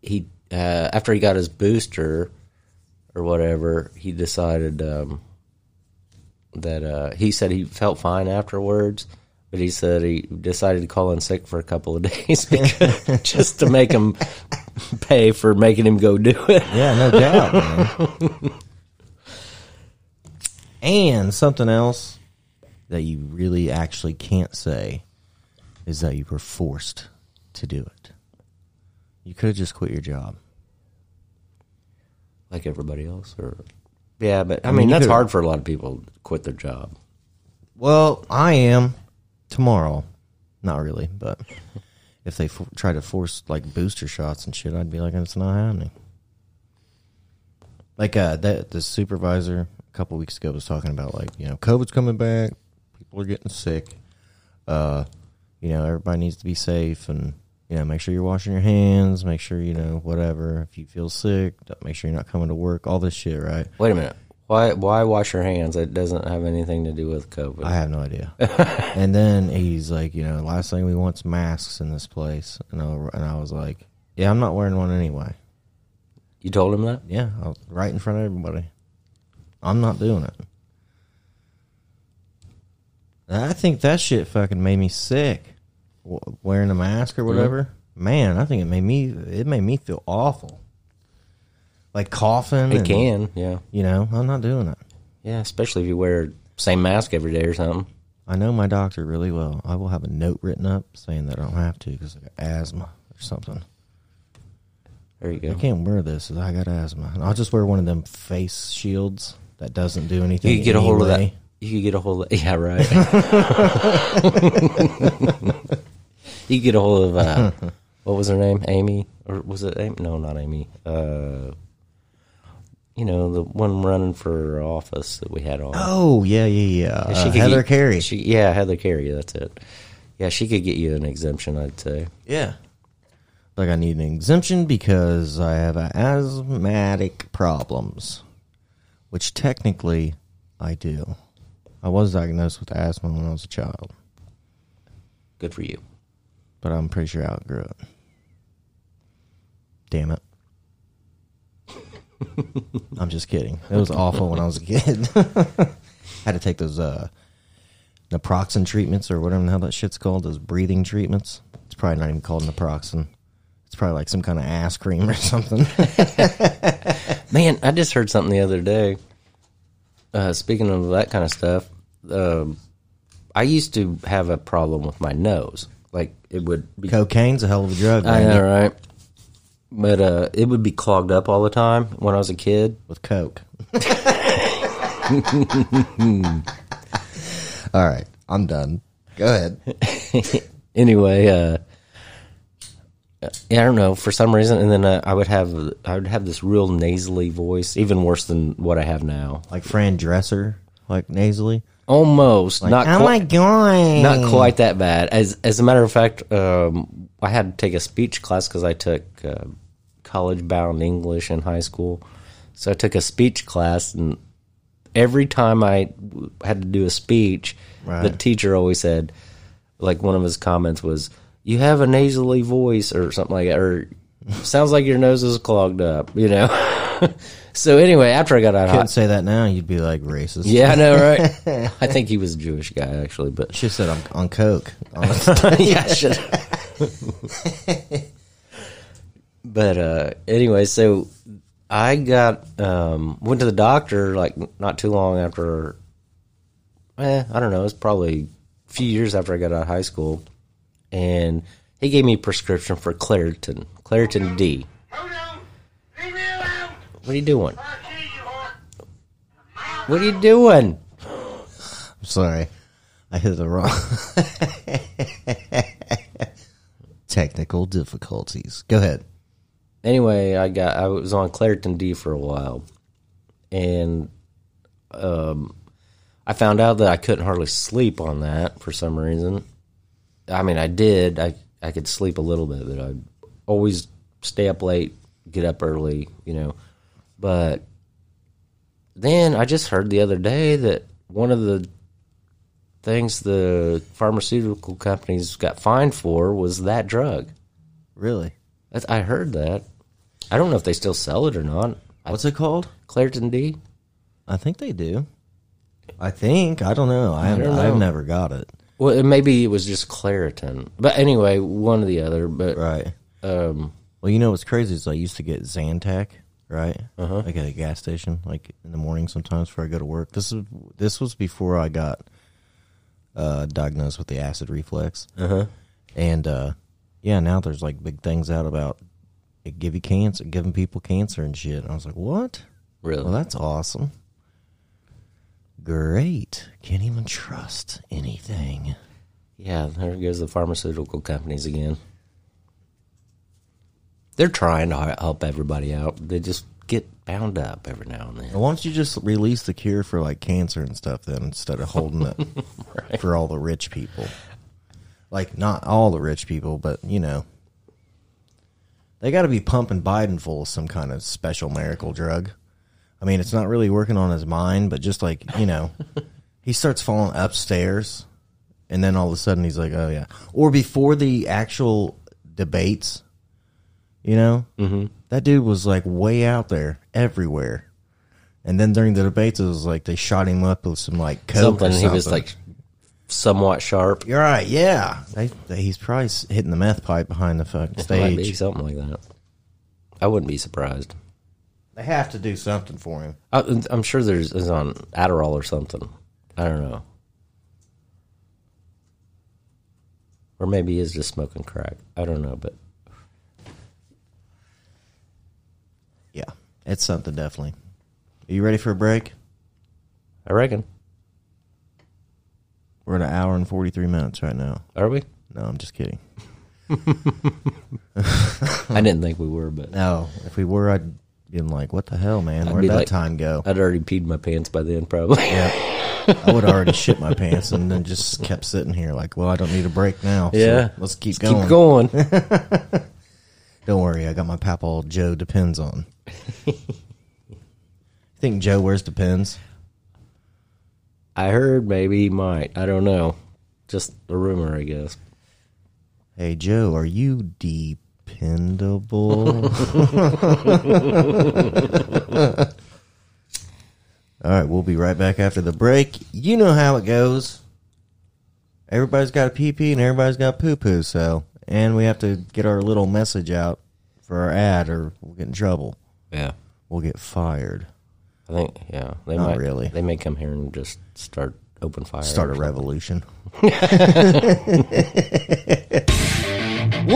Speaker 2: he uh, after he got his booster or whatever, he decided um, that uh, he said he felt fine afterwards. But he said he decided to call in sick for a couple of *laughs* days because, just to make him pay for making him go do it.
Speaker 1: Yeah, no doubt, man. and something else that you really actually can't say is that you were forced to do it. You could have just quit your job.
Speaker 2: like everybody else or yeah but i,
Speaker 1: mean,
Speaker 2: mean,
Speaker 1: you
Speaker 2: that's
Speaker 1: could-
Speaker 2: hard for a lot of people to quit their job
Speaker 1: Well, I am tomorrow. Not really, but if they fo- try to force like booster shots and shit, I'd be like, it's not happening. Like uh, that the supervisor a couple weeks ago was talking about like you know COVID's coming back, people are getting sick. Uh, you know everybody needs to be safe and you know make sure you're washing your hands, make sure you know whatever. If you feel sick, make sure you're not coming to work. All this shit, right?
Speaker 2: wait a minute why why wash your hands it doesn't have anything to do with covid
Speaker 1: I have no idea. *laughs* and then he's like, you know, last thing we want's masks in this place. And I, and I was like, yeah, I'm not wearing one anyway.
Speaker 2: you told him that
Speaker 1: Yeah, I was right in front of everybody. I'm not doing it. And I think that shit fucking made me sick. W- wearing a mask or whatever. Man, I think it made me it made me feel awful. Like coughing.
Speaker 2: it
Speaker 1: and,
Speaker 2: can yeah
Speaker 1: You know, I'm not doing it.
Speaker 2: yeah especially if you wear same mask every day or something
Speaker 1: I know my doctor really well. I will have a note written up saying that I don't have to because I got asthma or something.
Speaker 2: there you
Speaker 1: I
Speaker 2: go
Speaker 1: can't wear this 'cause I got asthma. And I'll just wear one of them face shields that doesn't do anything.
Speaker 2: you could get a hold of that
Speaker 1: anyway.
Speaker 2: you could get a hold of yeah right *laughs* you could get a hold of uh, what was her name amy or was it amy no not amy uh you know the one running for office that we had on
Speaker 1: Oh yeah, yeah, yeah.
Speaker 2: Yeah,
Speaker 1: Uh,
Speaker 2: could
Speaker 1: Heather
Speaker 2: get-
Speaker 1: Carey.
Speaker 2: She, yeah, Heather Carey. That's it. Yeah, she could get you an exemption. I'd say.
Speaker 1: yeah. Like I need an exemption because I have a asthmatic problems, which technically I do. I was diagnosed with asthma when I was a child,
Speaker 2: Good for you.
Speaker 1: but I'm pretty sure I outgrew it. Damn
Speaker 2: *laughs*
Speaker 1: it. I'm just kidding. It was awful when I was a kid. *laughs* Had to take those uh, naproxen treatments or whatever the hell that shit's called. Those breathing treatments. It's probably not even called naproxen. It's probably like some kind of ass cream or
Speaker 2: *laughs*
Speaker 1: something.
Speaker 2: Man, I just heard something the other day. Uh, speaking of that kind of stuff, um, I used to have a problem with my nose. Like it would be.
Speaker 1: Cocaine's a hell of a drug.
Speaker 2: *laughs* I
Speaker 1: Randy,
Speaker 2: know, right? But uh, it would be clogged up all the time when I was a kid.
Speaker 1: With
Speaker 2: *laughs*
Speaker 1: coke. *laughs* All right, I'm done. Go ahead.
Speaker 2: anyway, uh, yeah, I don't know for some reason, and then uh, I would have I would have this real nasally voice, even worse than what I have now.
Speaker 1: Like Fran Dresser, like nasally.
Speaker 2: Almost not
Speaker 1: oh
Speaker 2: qui-
Speaker 1: my god!
Speaker 2: not quite that bad. As as a matter of fact, um, I had to take a speech class because I took uh, college bound English in high school, so I took a speech class, and every time I w- had to do a speech, the
Speaker 1: Right.
Speaker 2: teacher always said, like one of his comments was, "You have a nasally voice" or something like that, or Sounds like your nose is clogged up, you know? *laughs* so, anyway, after I got out
Speaker 1: Couldn't
Speaker 2: hot.
Speaker 1: say that now. You'd be like racist.
Speaker 2: Yeah, I know, right? I think he was a Jewish guy, actually, but
Speaker 1: She said I'm *laughs* on coke.
Speaker 2: *laughs* yeah, shit. but uh, anyway, so I got um, went to the doctor like not too long after. Eh, I don't know. It's probably a few years after I got out of high school, and he gave me a prescription for Claritin, Claritin D.
Speaker 4: Hold on. Leave me alone.
Speaker 2: What are you doing?
Speaker 4: I'll kill you, whore.
Speaker 2: What are you doing?
Speaker 1: I'm sorry, I hit the wrong. *laughs* Technical difficulties. Go ahead.
Speaker 2: anyway, I got I was on Claritin D for a while, and um, I found out that I couldn't hardly sleep on that for some reason. I mean, I did. I I could sleep a little bit, but I would always stay up late, get up early, you know. But then I just heard the other day that one of the things the pharmaceutical companies got fined for was that drug.
Speaker 1: Really?
Speaker 2: That's, I heard that. I don't know if they still sell it or not. I,
Speaker 1: What's it called?
Speaker 2: Claritin D?
Speaker 1: I think they do. I think I don't know. I,
Speaker 2: don't
Speaker 1: I've
Speaker 2: know.
Speaker 1: never got it.
Speaker 2: Well, it- maybe it was just Claritin. But anyway, one or the other. But
Speaker 1: Right.
Speaker 2: um,
Speaker 1: Well, you know what's crazy is I used to get Zantac, right? Uh-huh. Like at a gas station, like in the morning sometimes before I go to work. This is this was before I got uh, diagnosed with the acid reflux. Uh-huh. And uh, yeah, now there's like big things out about it give you cancer, giving people cancer and shit. And I was like, what?
Speaker 2: really,
Speaker 1: Well, that's awesome. Great. Can't even trust anything.
Speaker 2: yeah, there goes the pharmaceutical companies again. They're trying to hel- help everybody out. They just get bound up every now and then.
Speaker 1: Why don't you just release the cure for like cancer and stuff then instead of holding *laughs* it for all the rich people? Like, not all the rich people, but you know, they got to be pumping Biden full of some kind of special miracle drug. I mean, it's not really working on his mind, but just like, you
Speaker 2: *laughs*
Speaker 1: know, he starts falling upstairs and then all of a sudden he's like, oh yeah. Or before the actual debates, you know, mm-hmm. that dude was like way out there everywhere. And then during the debates, it was like they shot him up with some like coke or
Speaker 2: Something, he was
Speaker 1: something.
Speaker 2: like somewhat sharp.
Speaker 1: "You're right, yeah." They, they- he's probably s- hitting the meth pipe behind the fucking
Speaker 2: Might be
Speaker 1: stage.
Speaker 2: something like that. I wouldn't be surprised.
Speaker 1: They have to do something for him.
Speaker 2: I, Uh, I'm sure there's is on Adderall or something. I don't know. Or maybe he is just smoking crack. I don't know, but
Speaker 1: Yeah, it's something definitely. Are you ready for a break?
Speaker 2: I reckon.
Speaker 1: We're at an hour and forty three minutes right now. *laughs*
Speaker 2: Are we?
Speaker 1: No, I'm just kidding.
Speaker 2: I didn't think we were, but
Speaker 1: No, if we were, I'd been like, "What the hell, man?
Speaker 2: I'd
Speaker 1: Where'd
Speaker 2: be
Speaker 1: that
Speaker 2: like-
Speaker 1: time
Speaker 2: *laughs*
Speaker 1: go?"
Speaker 2: I'd already peed my pants by then, probably.
Speaker 1: I would already shit my pants, and then just kept sitting here like, "Well, I don't need a break now. so
Speaker 2: Yeah.
Speaker 1: let's keep going.
Speaker 2: *laughs* Keep going.
Speaker 1: *laughs* Don't worry, I got my papal Joe depends
Speaker 2: *laughs*
Speaker 1: on. think Joe wears depends?
Speaker 2: I heard maybe he might. I don't know. Just a rumor, I guess.
Speaker 1: Hey Joe, are you dependable? All right, we'll be right back after the break. You know how it goes. Everybody's got a pee pee and everybody's got poo poo, so and we have to get our little message out for our ad or we'll get in trouble.
Speaker 2: Yeah.
Speaker 1: We'll get fired.
Speaker 2: I think. Yeah. They
Speaker 1: Not
Speaker 2: might.
Speaker 1: really.
Speaker 2: They may come here and just start open fire.
Speaker 1: Start a revolution. *laughs* we'll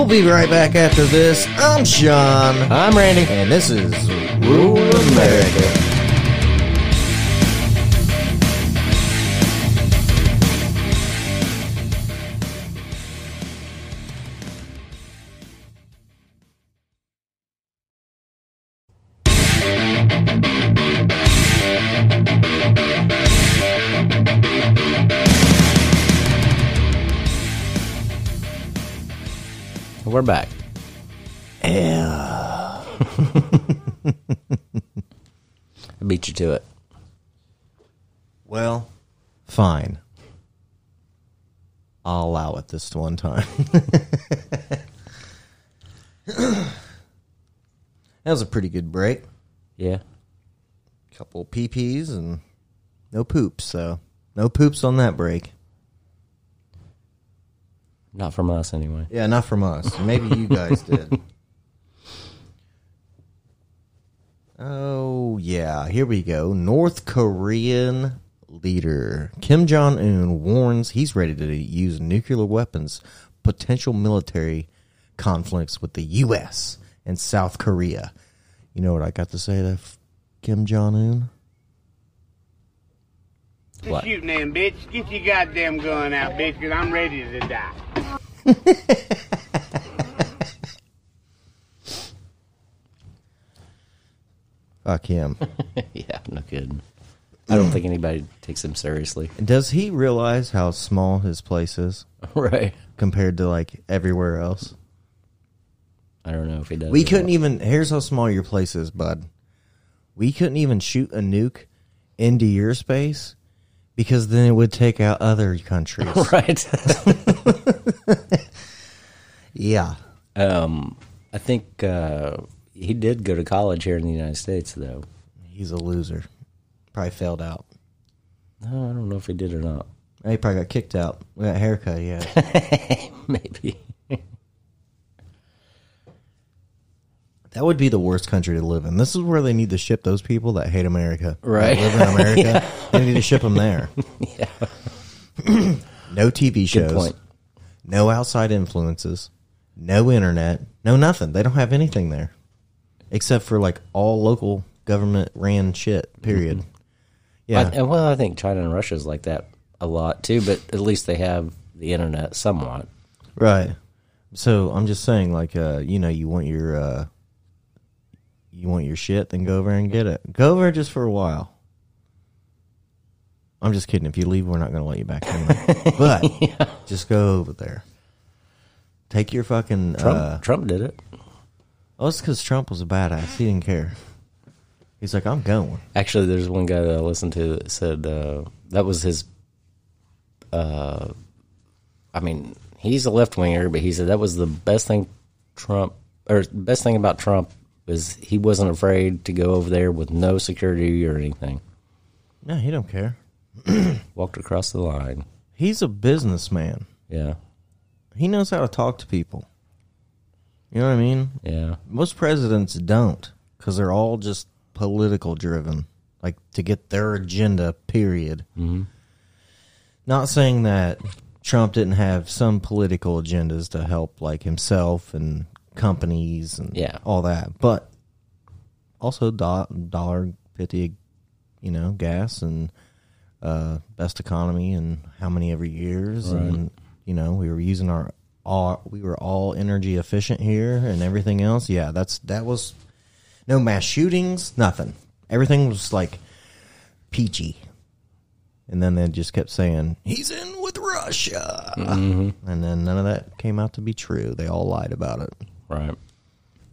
Speaker 1: be right back after this. I'm Sean.
Speaker 2: I'm Randy.
Speaker 1: And this is Rule America.
Speaker 2: We're back. I beat you to it.
Speaker 1: Well, fine. *laughs* I'll allow it this one time. That was a pretty good break.
Speaker 2: Yeah.
Speaker 1: Couple PPs and no poops, so no poops on that break.
Speaker 2: Not from us anyway.
Speaker 1: Yeah, not from us. Maybe you guys did. Oh, yeah. Here we go. North Korean leader Kim Jong un warns he's ready to use nuclear weapons, potential military conflicts with the U.S. and South Korea. You know what I got to say to f- Kim Jong un?
Speaker 2: What?
Speaker 5: Shooting them, bitch. Get your goddamn gun out, bitch, because I'm ready to die.
Speaker 1: Fuck him.
Speaker 2: *laughs*
Speaker 1: *laughs*
Speaker 2: yeah, no good. I don't think anybody takes him seriously. *laughs*
Speaker 1: And Does he realize how small his place is
Speaker 2: right.
Speaker 1: compared to like everywhere else?
Speaker 2: I don't know if he does.
Speaker 1: We
Speaker 2: or
Speaker 1: couldn't
Speaker 2: not.
Speaker 1: even. Here's how small your place is, bud. We couldn't even shoot a nuke into your space because then it would take out other countries.
Speaker 2: *laughs* Right.
Speaker 1: yeah.
Speaker 2: um, I think uh, he did go to college here in the United States, though.
Speaker 1: He's a loser. Probably failed out.
Speaker 2: No, I don't know if he did or not. *laughs*
Speaker 1: He probably got kicked out. We got haircut, yeah.
Speaker 2: Maybe.
Speaker 1: that would be the worst country to live in. This is where they need to ship those people that hate America. that
Speaker 2: Right. *laughs*
Speaker 1: live in America. They need to ship them there. *clears throat* no TV shows.
Speaker 2: Good point.
Speaker 1: no outside influences, no internet, no nothing. They don't have anything there except for like all local government ran shit.
Speaker 2: *laughs*
Speaker 1: Period. Yeah,
Speaker 2: I, well, I think China and Russia's like that a lot too, but at least they have the internet somewhat.
Speaker 1: right. So I'm just saying, like, uh, you know, you want your uh, you want your shit, then go over and get it. Go over just for a while. I'm just kidding. If you leave, we're not going to let you back in. but just go over there. Take your fucking
Speaker 2: Trump,
Speaker 1: uh,
Speaker 2: Trump did it.
Speaker 1: Oh, it's because Trump was a badass. He didn't care. He's like, I'm going.
Speaker 2: Actually, there's one guy that I listened to that said uh, that was his. Uh, I mean, he's a left winger, but he said that was the best thing Trump or best thing about Trump was he wasn't afraid to go over there with no security or anything.
Speaker 1: No, he don't care.
Speaker 2: Walked across the line.
Speaker 1: He's a businessman.
Speaker 2: Yeah,
Speaker 1: He knows how to talk to people. You know what I mean?
Speaker 2: yeah,
Speaker 1: Most presidents don't because they're all just political driven, like to get their agenda, period. Mm-hmm. Not saying that Trump didn't have some political agendas to help, like himself and companies and
Speaker 2: Yeah.
Speaker 1: all that, but also do- dollar fifty, you know, gas and uh, best economy and how many every years and you know we were using our all we were all energy efficient here and everything else yeah that's that was no mass shootings nothing everything was like peachy and then they just kept saying he's in with russia and then none of that came out to be true they all lied about it
Speaker 2: right.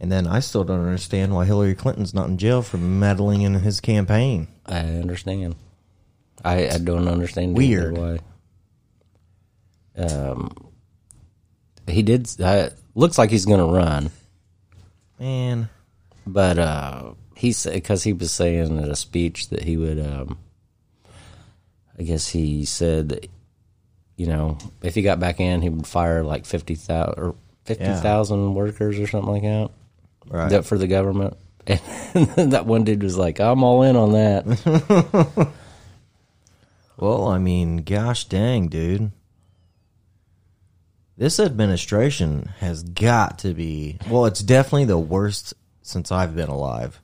Speaker 1: and then i still don't understand why hillary clinton's not in jail for meddling in his campaign
Speaker 2: I understand. I, I don't understand
Speaker 1: Weird.
Speaker 2: either why. Um, he did. Uh, looks like he's going to run,
Speaker 1: man
Speaker 2: but uh, he said because he was saying in a speech that he would. Um, I guess he said, that, you know, if he got back in, he would fire like fifty thousand or fifty thousand workers or something like that.
Speaker 1: right
Speaker 2: That for the government. *laughs* And that one dude was like, "I'm all in on that."
Speaker 1: *laughs* Well, I mean, gosh dang, dude. This administration has got to be. Well, it's definitely the worst since I've been alive.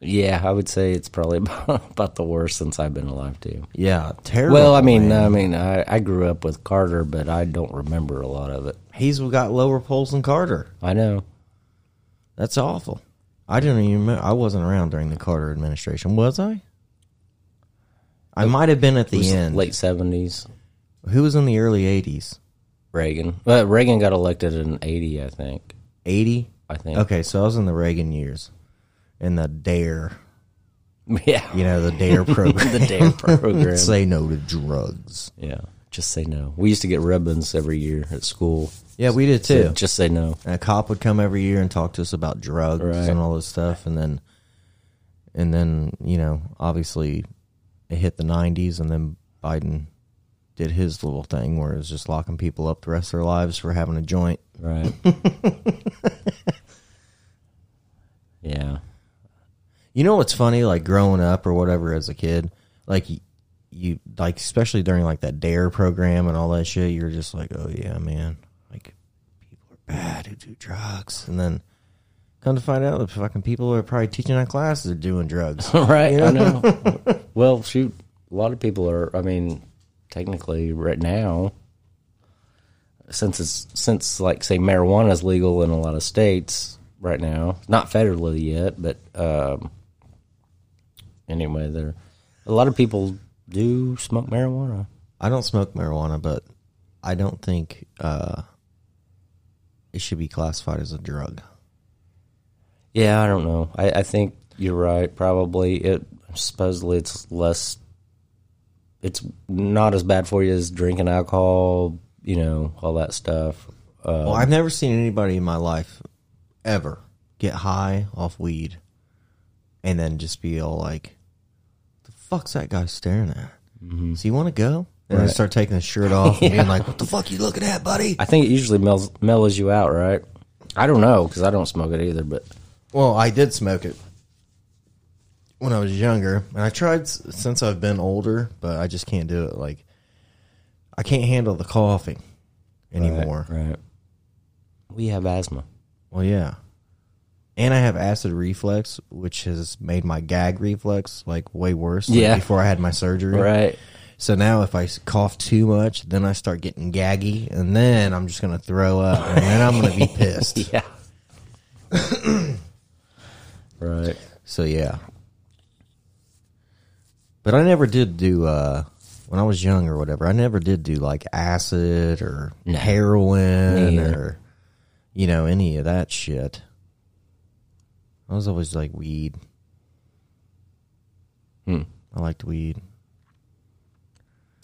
Speaker 2: Yeah, I would say it's probably *laughs* about, about the worst since I've been alive too.
Speaker 1: Yeah, terrible.
Speaker 2: Well, I mean, uh,
Speaker 1: man.
Speaker 2: I mean, I, I grew up with Carter, but I don't remember a lot of it.
Speaker 1: he's got lower polls than Carter.
Speaker 2: I know.
Speaker 1: That's awful. I didn't even. Remember, I wasn't around during the Carter administration, was I? I might have been at
Speaker 2: It
Speaker 1: the
Speaker 2: was
Speaker 1: end.
Speaker 2: late seventies.
Speaker 1: Who was in the early eighties?
Speaker 2: Reagan. Well, Reagan got elected in eighty, I think.
Speaker 1: Eighty.
Speaker 2: I think.
Speaker 1: Okay, so I was in the Reagan years, in the Dare.
Speaker 2: *laughs* Yeah. *laughs*
Speaker 1: You know, the Dare program. *laughs*
Speaker 2: the damn program.
Speaker 1: Say no to drugs.
Speaker 2: yeah. Just say no. We used to get ribbons every year at school.
Speaker 1: Yeah, we did too.
Speaker 2: So just say no.
Speaker 1: and a cop would come every year and talk to us about drugs
Speaker 2: Right.
Speaker 1: and all this stuff and then and then you know obviously it hit the 90s and then biden did his little thing where it was just locking people up the rest of their lives for having a joint *laughs*
Speaker 2: Right. yeah.
Speaker 1: you know what's funny like growing up or whatever as a kid like y- you like especially during like that dare E program and all that shit you're just like oh yeah man like people are bad who do drugs and then come to find out the fucking people who are probably teaching that class are doing drugs
Speaker 2: *laughs* right. I know. well, shoot. A lot of people are. I mean, technically, right now, since it's since like say marijuana is legal in a lot of states right now, not federally yet, but um, anyway, there a lot of people do smoke marijuana.
Speaker 1: I don't smoke marijuana, but I don't think uh, it should be classified as a drug.
Speaker 2: Yeah, I don't know. I, I think you're right. Probably it supposedly it's less. It's not as bad for you as drinking alcohol. You know all that stuff. Uh,
Speaker 1: well, I've never seen anybody in my life ever get high off weed and then just be all like, "The fuck's that guy staring at? Does he want to go?" And then start taking his shirt *laughs* off and being like, "What the fuck you looking at, buddy?"
Speaker 2: I think it usually mellows, mellows you out, right? I don't know because I don't smoke it either. But
Speaker 1: Well, I did smoke it when I was younger, and I tried s- since I've been older, but I just can't do it. Like, I can't handle the coughing anymore.
Speaker 2: right, we have asthma.
Speaker 1: Well, yeah. And I have acid reflux, which has made my gag reflex like way worse. than
Speaker 2: Yeah.
Speaker 1: Before I had my surgery,
Speaker 2: Right.
Speaker 1: So now if I s- cough too much, then I start getting gaggy, and then I'm just gonna throw up, and then I'm gonna
Speaker 2: *laughs*
Speaker 1: be pissed.
Speaker 2: Yeah. right.
Speaker 1: So yeah. But I never did do uh when I was young or whatever, I never did do like acid or heroin
Speaker 2: Me either.
Speaker 1: or you know, any of that shit. I was always like weed. I liked weed.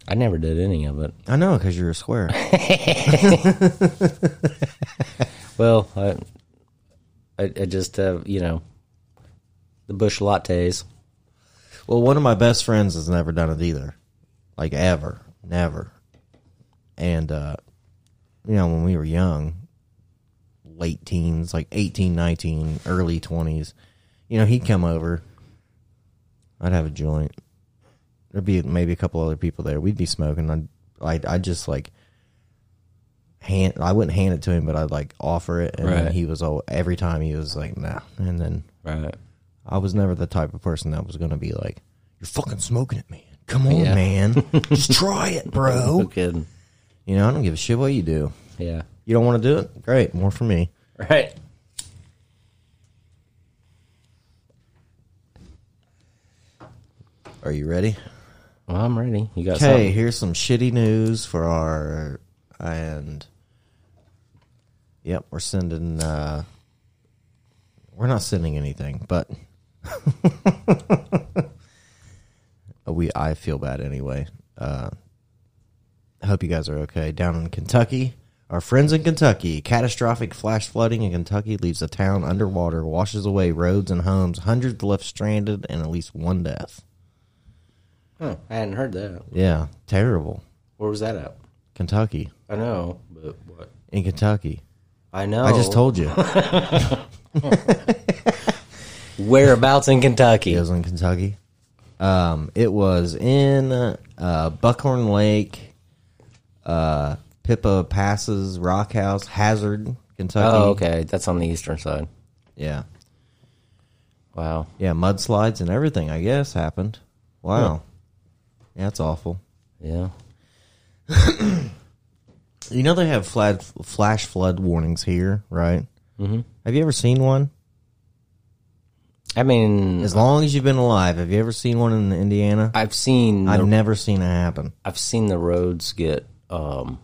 Speaker 2: I never did any of it.
Speaker 1: I know because you're a square.
Speaker 2: Well, I, I, I just have you know, the bush lattes.
Speaker 1: well, one of my best friends has never done it either, like ever, never. And uh, you know, when we were young, late teens, like 18, 19, early twenties, you know, he'd come over. I'd have a joint. There'd be maybe a couple other people there. We'd be smoking. I'd I'd, I'd just like hand. I wouldn't hand it to him, but I'd like offer it, and then
Speaker 2: Right.
Speaker 1: he was all every time he was like, "Nah," and then
Speaker 2: Right.
Speaker 1: I was never the type of person that was going to be like, "You're fucking smoking it, man. Come on,
Speaker 2: Yeah.
Speaker 1: man. Just try it,
Speaker 2: No *laughs*
Speaker 1: bro."
Speaker 2: kidding.
Speaker 1: You know, I don't give a shit what you do.
Speaker 2: Yeah.
Speaker 1: You don't want to do it? Great, more for me.
Speaker 2: Right.
Speaker 1: Are you ready?
Speaker 2: Well, I'm ready. You got
Speaker 1: Okay,
Speaker 2: something?
Speaker 1: here's some shitty news for our and yep, we're sending. uh We're not sending anything, but *laughs* we. I feel bad anyway. Uh I hope you guys are okay. Down in Kentucky, our friends in Kentucky, catastrophic flash flooding in Kentucky leaves the town underwater, washes away roads and homes, hundreds left stranded, and at least one death.
Speaker 2: Huh, I hadn't heard that.
Speaker 1: Yeah, terrible.
Speaker 2: Where was that at?
Speaker 1: Kentucky.
Speaker 2: I know, but what?
Speaker 1: in Kentucky.
Speaker 2: I know.
Speaker 1: I just
Speaker 2: *laughs*
Speaker 1: told you it
Speaker 2: whereabouts in Kentucky.
Speaker 1: was in Kentucky. Um, it was in uh, Buckhorn Lake, uh, Pippa Passes, Rock House, Hazard, Kentucky.
Speaker 2: Oh, okay. That's on the eastern side.
Speaker 1: Yeah,
Speaker 2: Wow.
Speaker 1: yeah, mudslides and everything. I guess happened. Wow, yeah, that's awful.
Speaker 2: Yeah.
Speaker 1: You know they have flag, flash flood warnings here, right? Mm-hmm. Have you ever seen one?
Speaker 2: I mean,
Speaker 1: As long as you've been alive, have you ever seen one in Indiana?
Speaker 2: I've seen
Speaker 1: I've
Speaker 2: the,
Speaker 1: never seen it happen.
Speaker 2: I've seen the roads get um.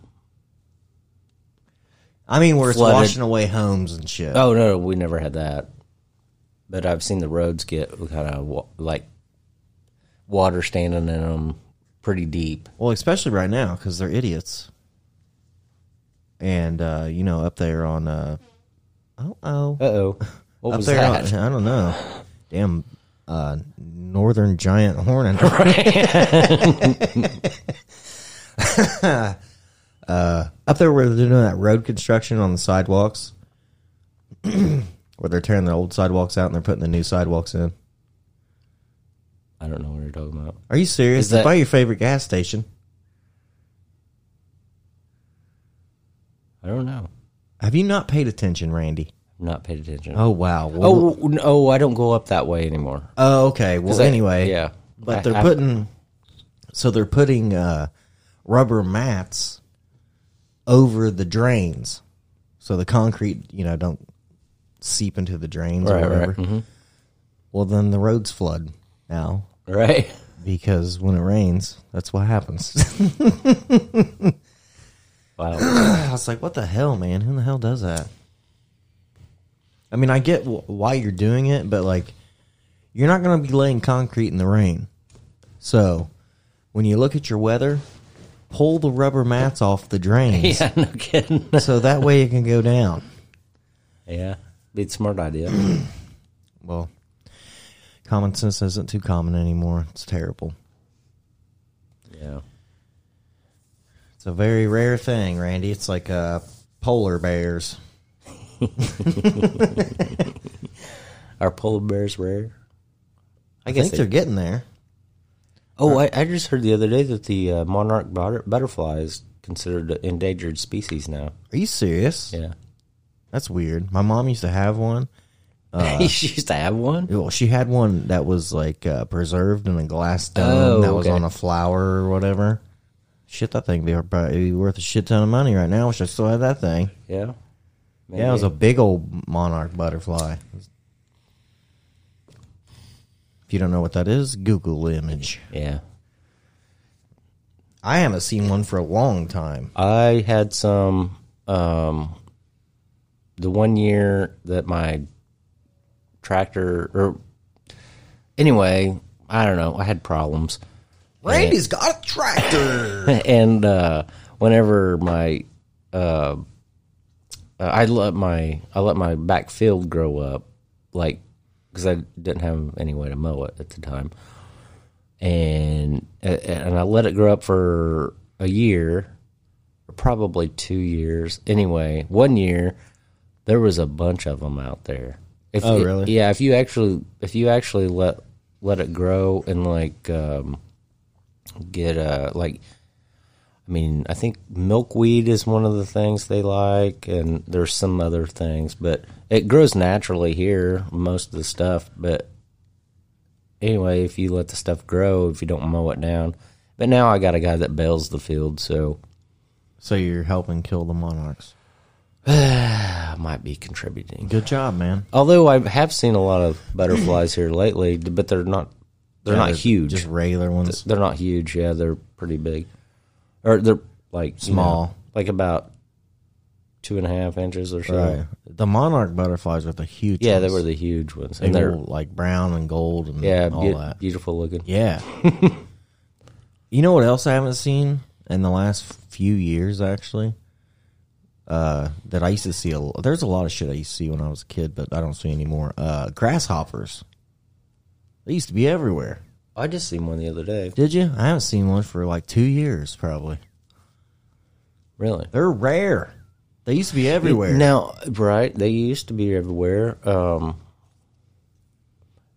Speaker 1: I mean, where it's
Speaker 2: Flooded.
Speaker 1: washing away homes and shit.
Speaker 2: Oh no, we never had that. But I've seen the roads get kind of wa- like water standing in them, pretty deep.
Speaker 1: Well, especially right now because they're idiots. And uh, you know, up there on, uh, oh, oh,
Speaker 2: Uh oh. What
Speaker 1: up
Speaker 2: was
Speaker 1: there,
Speaker 2: that?
Speaker 1: On, I don't know, damn, uh, northern giant hornet. uh,
Speaker 2: *laughs*
Speaker 1: Uh, up there where they're doing that road construction on the sidewalks, *clears throat* where they're tearing the old sidewalks out and they're putting the new sidewalks in.
Speaker 2: I don't know what you're talking about.
Speaker 1: Are you serious?
Speaker 2: Is that-
Speaker 1: It's by your favorite gas station.
Speaker 2: I don't know.
Speaker 1: Have you not paid attention, Randy?
Speaker 2: I've not paid attention.
Speaker 1: Oh wow. Well,
Speaker 2: oh, n- oh, I don't go up that way anymore.
Speaker 1: Oh, okay. Well,
Speaker 2: I-
Speaker 1: anyway,
Speaker 2: yeah. I-
Speaker 1: But they're
Speaker 2: I-
Speaker 1: putting, so they're putting uh, rubber mats over the drains, so the concrete, you know, don't seep into the drains
Speaker 2: Right,
Speaker 1: or
Speaker 2: right, Mm-hmm.
Speaker 1: whatever. Well, then the roads flood now
Speaker 2: *laughs* Right.
Speaker 1: because when it rains, that's what happens. *laughs*
Speaker 2: *laughs* Wow.
Speaker 1: I was like, what the hell, man? Who in the hell does that? I mean, I get wh- why you're doing it, but like, you're not going to be laying concrete in the rain. So, when you look at your weather, pull the rubber mats off the drains
Speaker 2: *laughs* yeah, no kidding.
Speaker 1: so that way it can go down.
Speaker 2: yeah. Be a smart idea.
Speaker 1: Well, common sense isn't too common anymore. It's terrible.
Speaker 2: yeah.
Speaker 1: It's a very rare thing, Randy. It's like uh, polar bears.
Speaker 2: Are polar bears rare?
Speaker 1: I, think
Speaker 2: they-
Speaker 1: they're getting there.
Speaker 2: Oh, I, I just heard the other day that the uh, monarch butter- butterfly is considered an endangered species now.
Speaker 1: Are you serious?
Speaker 2: Yeah.
Speaker 1: That's weird. My mom used to have one.
Speaker 2: *laughs* you used to have one?
Speaker 1: Well, she had one that was like uh, preserved in a glass dome
Speaker 2: Oh,
Speaker 1: that was
Speaker 2: okay.
Speaker 1: on a flower or whatever. Shit, that thing be probably be worth a shit ton of money right now. Wish I still had that thing.
Speaker 2: Yeah.
Speaker 1: Yeah, it was a
Speaker 2: Maybe.
Speaker 1: big old monarch butterfly. If you don't know what that is, Google image.
Speaker 2: Yeah.
Speaker 1: I haven't seen one for a long time.
Speaker 2: I had some um the one year that my tractor or anyway, I don't know, I had problems. *laughs*
Speaker 1: Randy's got a tractor.
Speaker 2: and uh whenever my uh I let my I let my back field grow up like cuz I didn't have any way to mow it at the time. And uh, and I let it grow up for a year probably two years. Anyway, one year there was a bunch of them out there. If
Speaker 1: Oh,
Speaker 2: it-
Speaker 1: really?
Speaker 2: yeah. If you actually if you actually let let it grow and like um, get uh like, I mean, I think milkweed is one of the things they like, and there's some other things, but it grows naturally here most of the stuff. But anyway, if you let the stuff grow, if you don't mow it down. But now I got a guy that bales the field, so *sighs*
Speaker 1: so you're helping kill the monarchs.
Speaker 2: I might be contributing.
Speaker 1: Good job, man.
Speaker 2: Although I have seen a lot of butterflies here lately, but they're not they're
Speaker 1: Yeah,
Speaker 2: not huge.
Speaker 1: Just regular ones.
Speaker 2: they're not huge. Yeah, they're pretty big, or they're like you
Speaker 1: Small.
Speaker 2: know, like about two and a half inches or so.
Speaker 1: Right. The monarch butterflies are the huge.
Speaker 2: Yeah, they
Speaker 1: ones.
Speaker 2: were the huge ones,
Speaker 1: They
Speaker 2: and
Speaker 1: were
Speaker 2: they're
Speaker 1: like brown and gold and
Speaker 2: yeah,
Speaker 1: all
Speaker 2: be-
Speaker 1: that.
Speaker 2: beautiful looking.
Speaker 1: Yeah.
Speaker 2: *laughs*
Speaker 1: you know what else I haven't seen in the last few years, actually? Uh, that I used to see. A, there's a lot of shit I used to see when I was a kid, but I don't see anymore. Uh, grasshoppers. They used to be everywhere.
Speaker 2: I just seen one the other day.
Speaker 1: Did you? I haven't seen one for like two years, probably.
Speaker 2: Really?
Speaker 1: They're rare. They used to be everywhere.
Speaker 2: Now, right? They used to be everywhere. Um,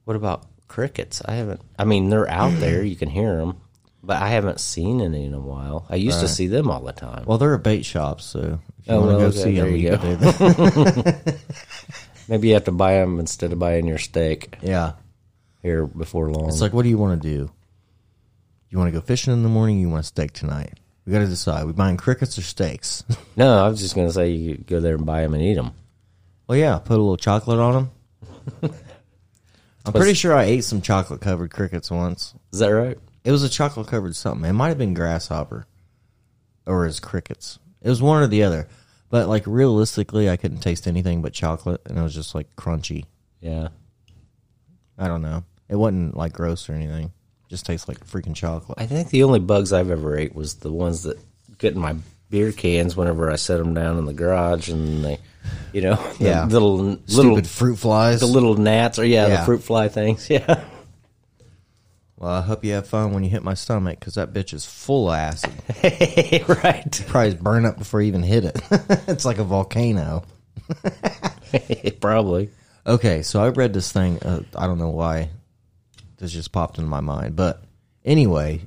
Speaker 2: what about crickets? I haven't. I mean,
Speaker 1: *clears throat*
Speaker 2: they're out there. You can hear them, but I haven't seen any in a while. I used to see them all the time.
Speaker 1: Well, they're at bait shops, so if you
Speaker 2: Oh,
Speaker 1: want to
Speaker 2: well,
Speaker 1: go
Speaker 2: okay,
Speaker 1: see
Speaker 2: there
Speaker 1: them, you
Speaker 2: you go.
Speaker 1: can do that.
Speaker 2: Maybe you have to buy them instead of buying your steak
Speaker 1: yeah.
Speaker 2: here before long.
Speaker 1: It's like, what do you want to do? You want to go fishing in the morning? You want a steak tonight? We got to decide. We buying crickets or steaks? *laughs*
Speaker 2: no, I was just gonna say you could go there and buy them and eat them.
Speaker 1: well, yeah, put a little chocolate on them.
Speaker 2: *laughs*
Speaker 1: I'm pretty sure I ate some chocolate covered crickets once.
Speaker 2: Is that right?
Speaker 1: It was a chocolate covered something. It might have been grasshopper, or as crickets. It was one or the other. But like realistically, I couldn't taste anything but chocolate, and it was just like crunchy.
Speaker 2: Yeah.
Speaker 1: I don't know. It wasn't like gross or anything. Just tastes like freaking chocolate.
Speaker 2: I think the only bugs I've ever ate was the ones that get in my beer cans whenever I set them down in the garage, and they, you know, *laughs* the
Speaker 1: Yeah.
Speaker 2: little little
Speaker 1: Stupid fruit flies.
Speaker 2: the little gnats or yeah,
Speaker 1: Yeah.
Speaker 2: the fruit fly things. *laughs* Yeah,
Speaker 1: well, I hope you have fun when you hit my stomach because that bitch is full of acid.
Speaker 2: right.
Speaker 1: Probably burn up before you even hit it. *laughs* it's like a volcano.
Speaker 2: Probably.
Speaker 1: Okay, so I read this thing. Uh, I don't know why this just popped into my mind, but anyway.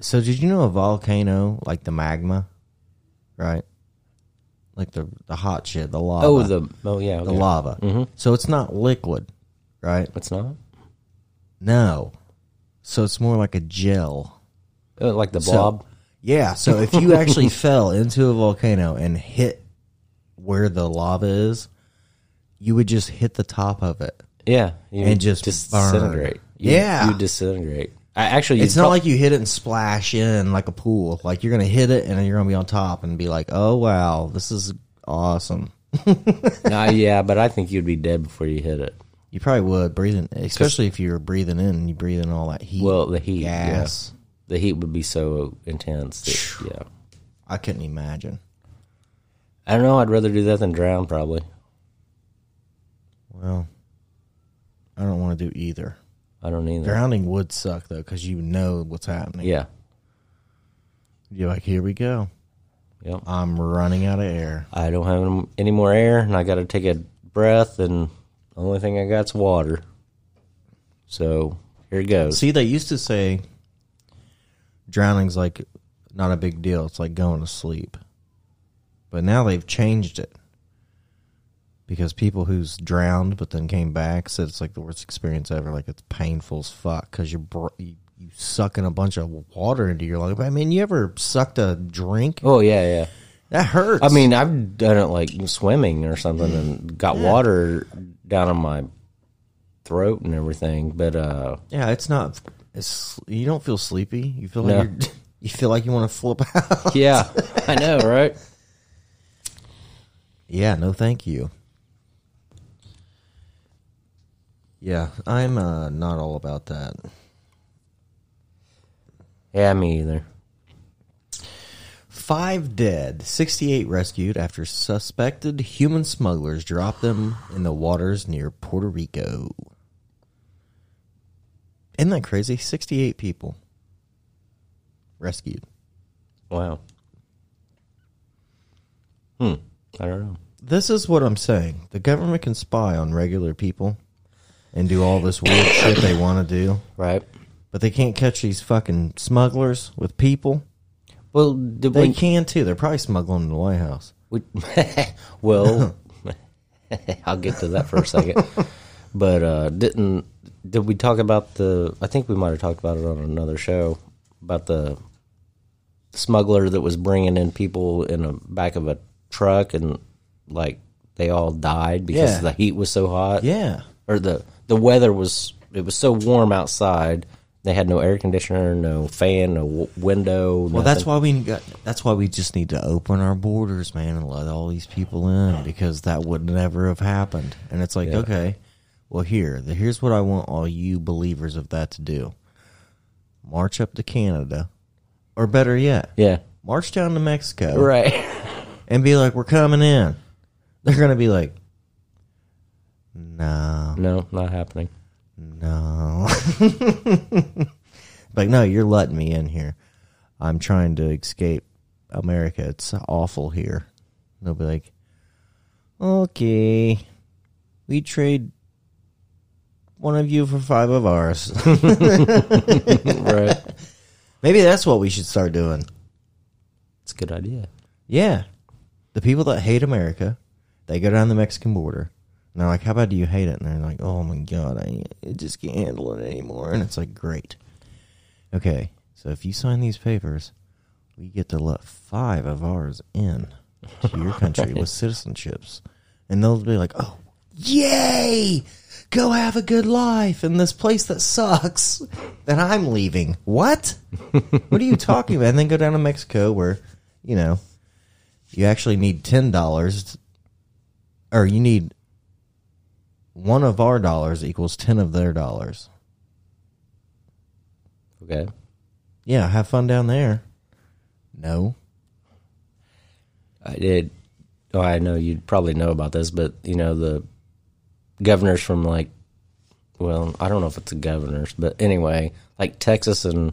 Speaker 1: So did you know a volcano like the magma, right? Like the the hot shit, the lava.
Speaker 2: Oh, the oh yeah,
Speaker 1: the
Speaker 2: okay.
Speaker 1: lava. So it's not liquid, right?
Speaker 2: It's not
Speaker 1: No. So it's more like a gel.
Speaker 2: Uh, like the
Speaker 1: So-
Speaker 2: blob.
Speaker 1: yeah. So if you
Speaker 2: *laughs*
Speaker 1: actually fell into a volcano and hit where the lava is, you would just hit the top of it.
Speaker 2: yeah, you
Speaker 1: and just burn.
Speaker 2: disintegrate. You-
Speaker 1: Yeah.
Speaker 2: you disintegrate. I actually,
Speaker 1: It's
Speaker 2: you'd
Speaker 1: not
Speaker 2: prob-
Speaker 1: like you hit it and splash in like a pool. Like you're gonna hit it and then you're gonna be on top and be like, "Oh wow, this is awesome." *laughs*
Speaker 2: Nah, yeah, but I think you'd be dead before you hit it.
Speaker 1: You probably would breathing, especially if you're breathing in and you breathe in all that heat.
Speaker 2: Well, the heat, yeah.
Speaker 1: gas.
Speaker 2: The heat would be so intense. That, yeah,
Speaker 1: I couldn't imagine.
Speaker 2: I don't know. I'd rather do that than drown, probably.
Speaker 1: Well, I don't want to do either.
Speaker 2: I don't either.
Speaker 1: Drowning would suck though, because you know what's happening.
Speaker 2: Yeah.
Speaker 1: You're like, here we go.
Speaker 2: Yep.
Speaker 1: I'm running out of air.
Speaker 2: I don't have any more air, and I got to take a breath, and the only thing I got's water. So here it goes.
Speaker 1: See, they used to say drowning's like not a big deal. It's like going to sleep. But now they've changed it. Because people who's drowned but then came back said it's like the worst experience ever. Like it's painful as fuck because you're br- you, you sucking a bunch of water into your lungs. I mean, you ever sucked a drink?
Speaker 2: oh yeah, yeah.
Speaker 1: That hurts.
Speaker 2: I mean, I've done it like swimming or something, and got water down in my throat and everything. But uh,
Speaker 1: Yeah, it's not. It's you don't feel sleepy. You feel like
Speaker 2: No.
Speaker 1: you're, *laughs* you feel like you want to flip out. *laughs*
Speaker 2: yeah, *laughs* I know, right?
Speaker 1: yeah, no, thank you. Yeah, I'm uh, not all about that.
Speaker 2: Yeah, me either.
Speaker 1: Five dead, sixty-eight rescued after suspected human smugglers dropped them in the waters near Puerto Rico. Isn't that crazy? Sixty-eight people rescued.
Speaker 2: Wow. Hmm. I don't know.
Speaker 1: this is what I'm saying. The government can spy on regular people and do all this weird *coughs* shit they want to do,
Speaker 2: Right.
Speaker 1: but they can't catch these fucking smugglers with people.
Speaker 2: Well, did
Speaker 1: They
Speaker 2: we,
Speaker 1: can too. They're probably smuggling in the White House.
Speaker 2: We, *laughs* well, *laughs* I'll get to that for
Speaker 1: *laughs*
Speaker 2: a second. But uh, didn't did we talk about the? I think we might have talked about it on another show about the smuggler that was bringing in people in a back of a truck and like they all died because
Speaker 1: Yeah.
Speaker 2: the heat was so hot.
Speaker 1: Yeah.
Speaker 2: or the the weather was it was so warm outside. They had no air conditioner, no fan, no w- window.
Speaker 1: Well, that's why we got, that's why we just need to open our borders, man, and let all these people in because that would never have happened. And it's like,
Speaker 2: Yeah.
Speaker 1: okay, well here, the, here's what I want all you believers of that to do: march up to Canada, or better yet, *laughs*
Speaker 2: Yeah,
Speaker 1: march down to Mexico,
Speaker 2: right.
Speaker 1: and be like, "We're coming in." They're gonna be like, "No,
Speaker 2: no, not happening.
Speaker 1: no." *laughs* like, no, you're letting me in here. I'm trying to escape America. It's awful here. They'll be like, "Okay, we trade one of you for five of ours." *laughs*
Speaker 2: Right.
Speaker 1: Maybe that's what we should start doing.
Speaker 2: It's a good idea.
Speaker 1: Yeah. The people that hate America, they go down the Mexican border. And they're like, how bad do you hate it? And they're like, oh my God, I, I just can't handle it anymore. And it's like, great. Okay, so if you sign these papers, we get to let five of ours in to your country with citizenships. And they'll be like, oh, yay! Go have a good life in this place that sucks that I'm leaving. What? what are you talking about? And then go down to Mexico where, you know, you actually need ten dollars, or you need one of our dollars equals ten of their dollars.
Speaker 2: Okay.
Speaker 1: Yeah, have fun down there. No.
Speaker 2: I did. Uh, Oh, I know you probably know about this, but you know the governors from like, well, I don't know if it's the governors, but anyway, like Texas and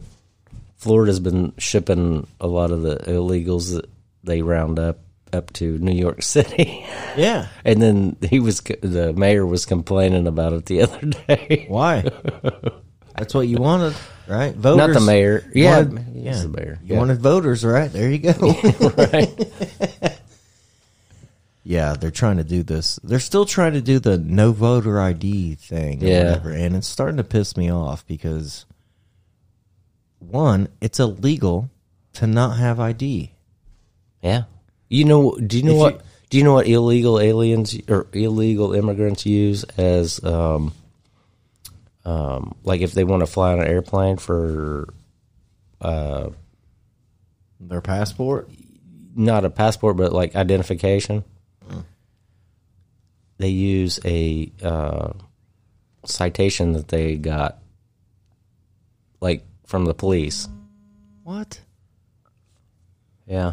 Speaker 2: Florida's been shipping a lot of the illegals that they round up up to New York *laughs* City,
Speaker 1: Yeah.
Speaker 2: and then he was c- the mayor was complaining about it the other *laughs* day.
Speaker 1: Why? *laughs* That's what you wanted, right? Voters.
Speaker 2: Not the mayor, yeah,
Speaker 1: wanted-
Speaker 2: he's
Speaker 1: yeah.
Speaker 2: the mayor.
Speaker 1: You
Speaker 2: yeah.
Speaker 1: wanted voters, right? There you go. *laughs*
Speaker 2: right?
Speaker 1: yeah, they're trying to do this. They're still trying to do the no voter ID thing or
Speaker 2: Yeah.
Speaker 1: whatever. And it's starting to piss me off because, one, it's illegal to not have ID.
Speaker 2: Yeah. You know? Do you know
Speaker 1: If
Speaker 2: what?
Speaker 1: you-
Speaker 2: do you know what illegal aliens or illegal immigrants use as, um, um, like if they want to fly on an airplane for
Speaker 1: Their passport?
Speaker 2: not a passport but like identification?
Speaker 1: Hmm.
Speaker 2: They use a uh, citation that they got, like from the police.
Speaker 1: What?
Speaker 2: Yeah.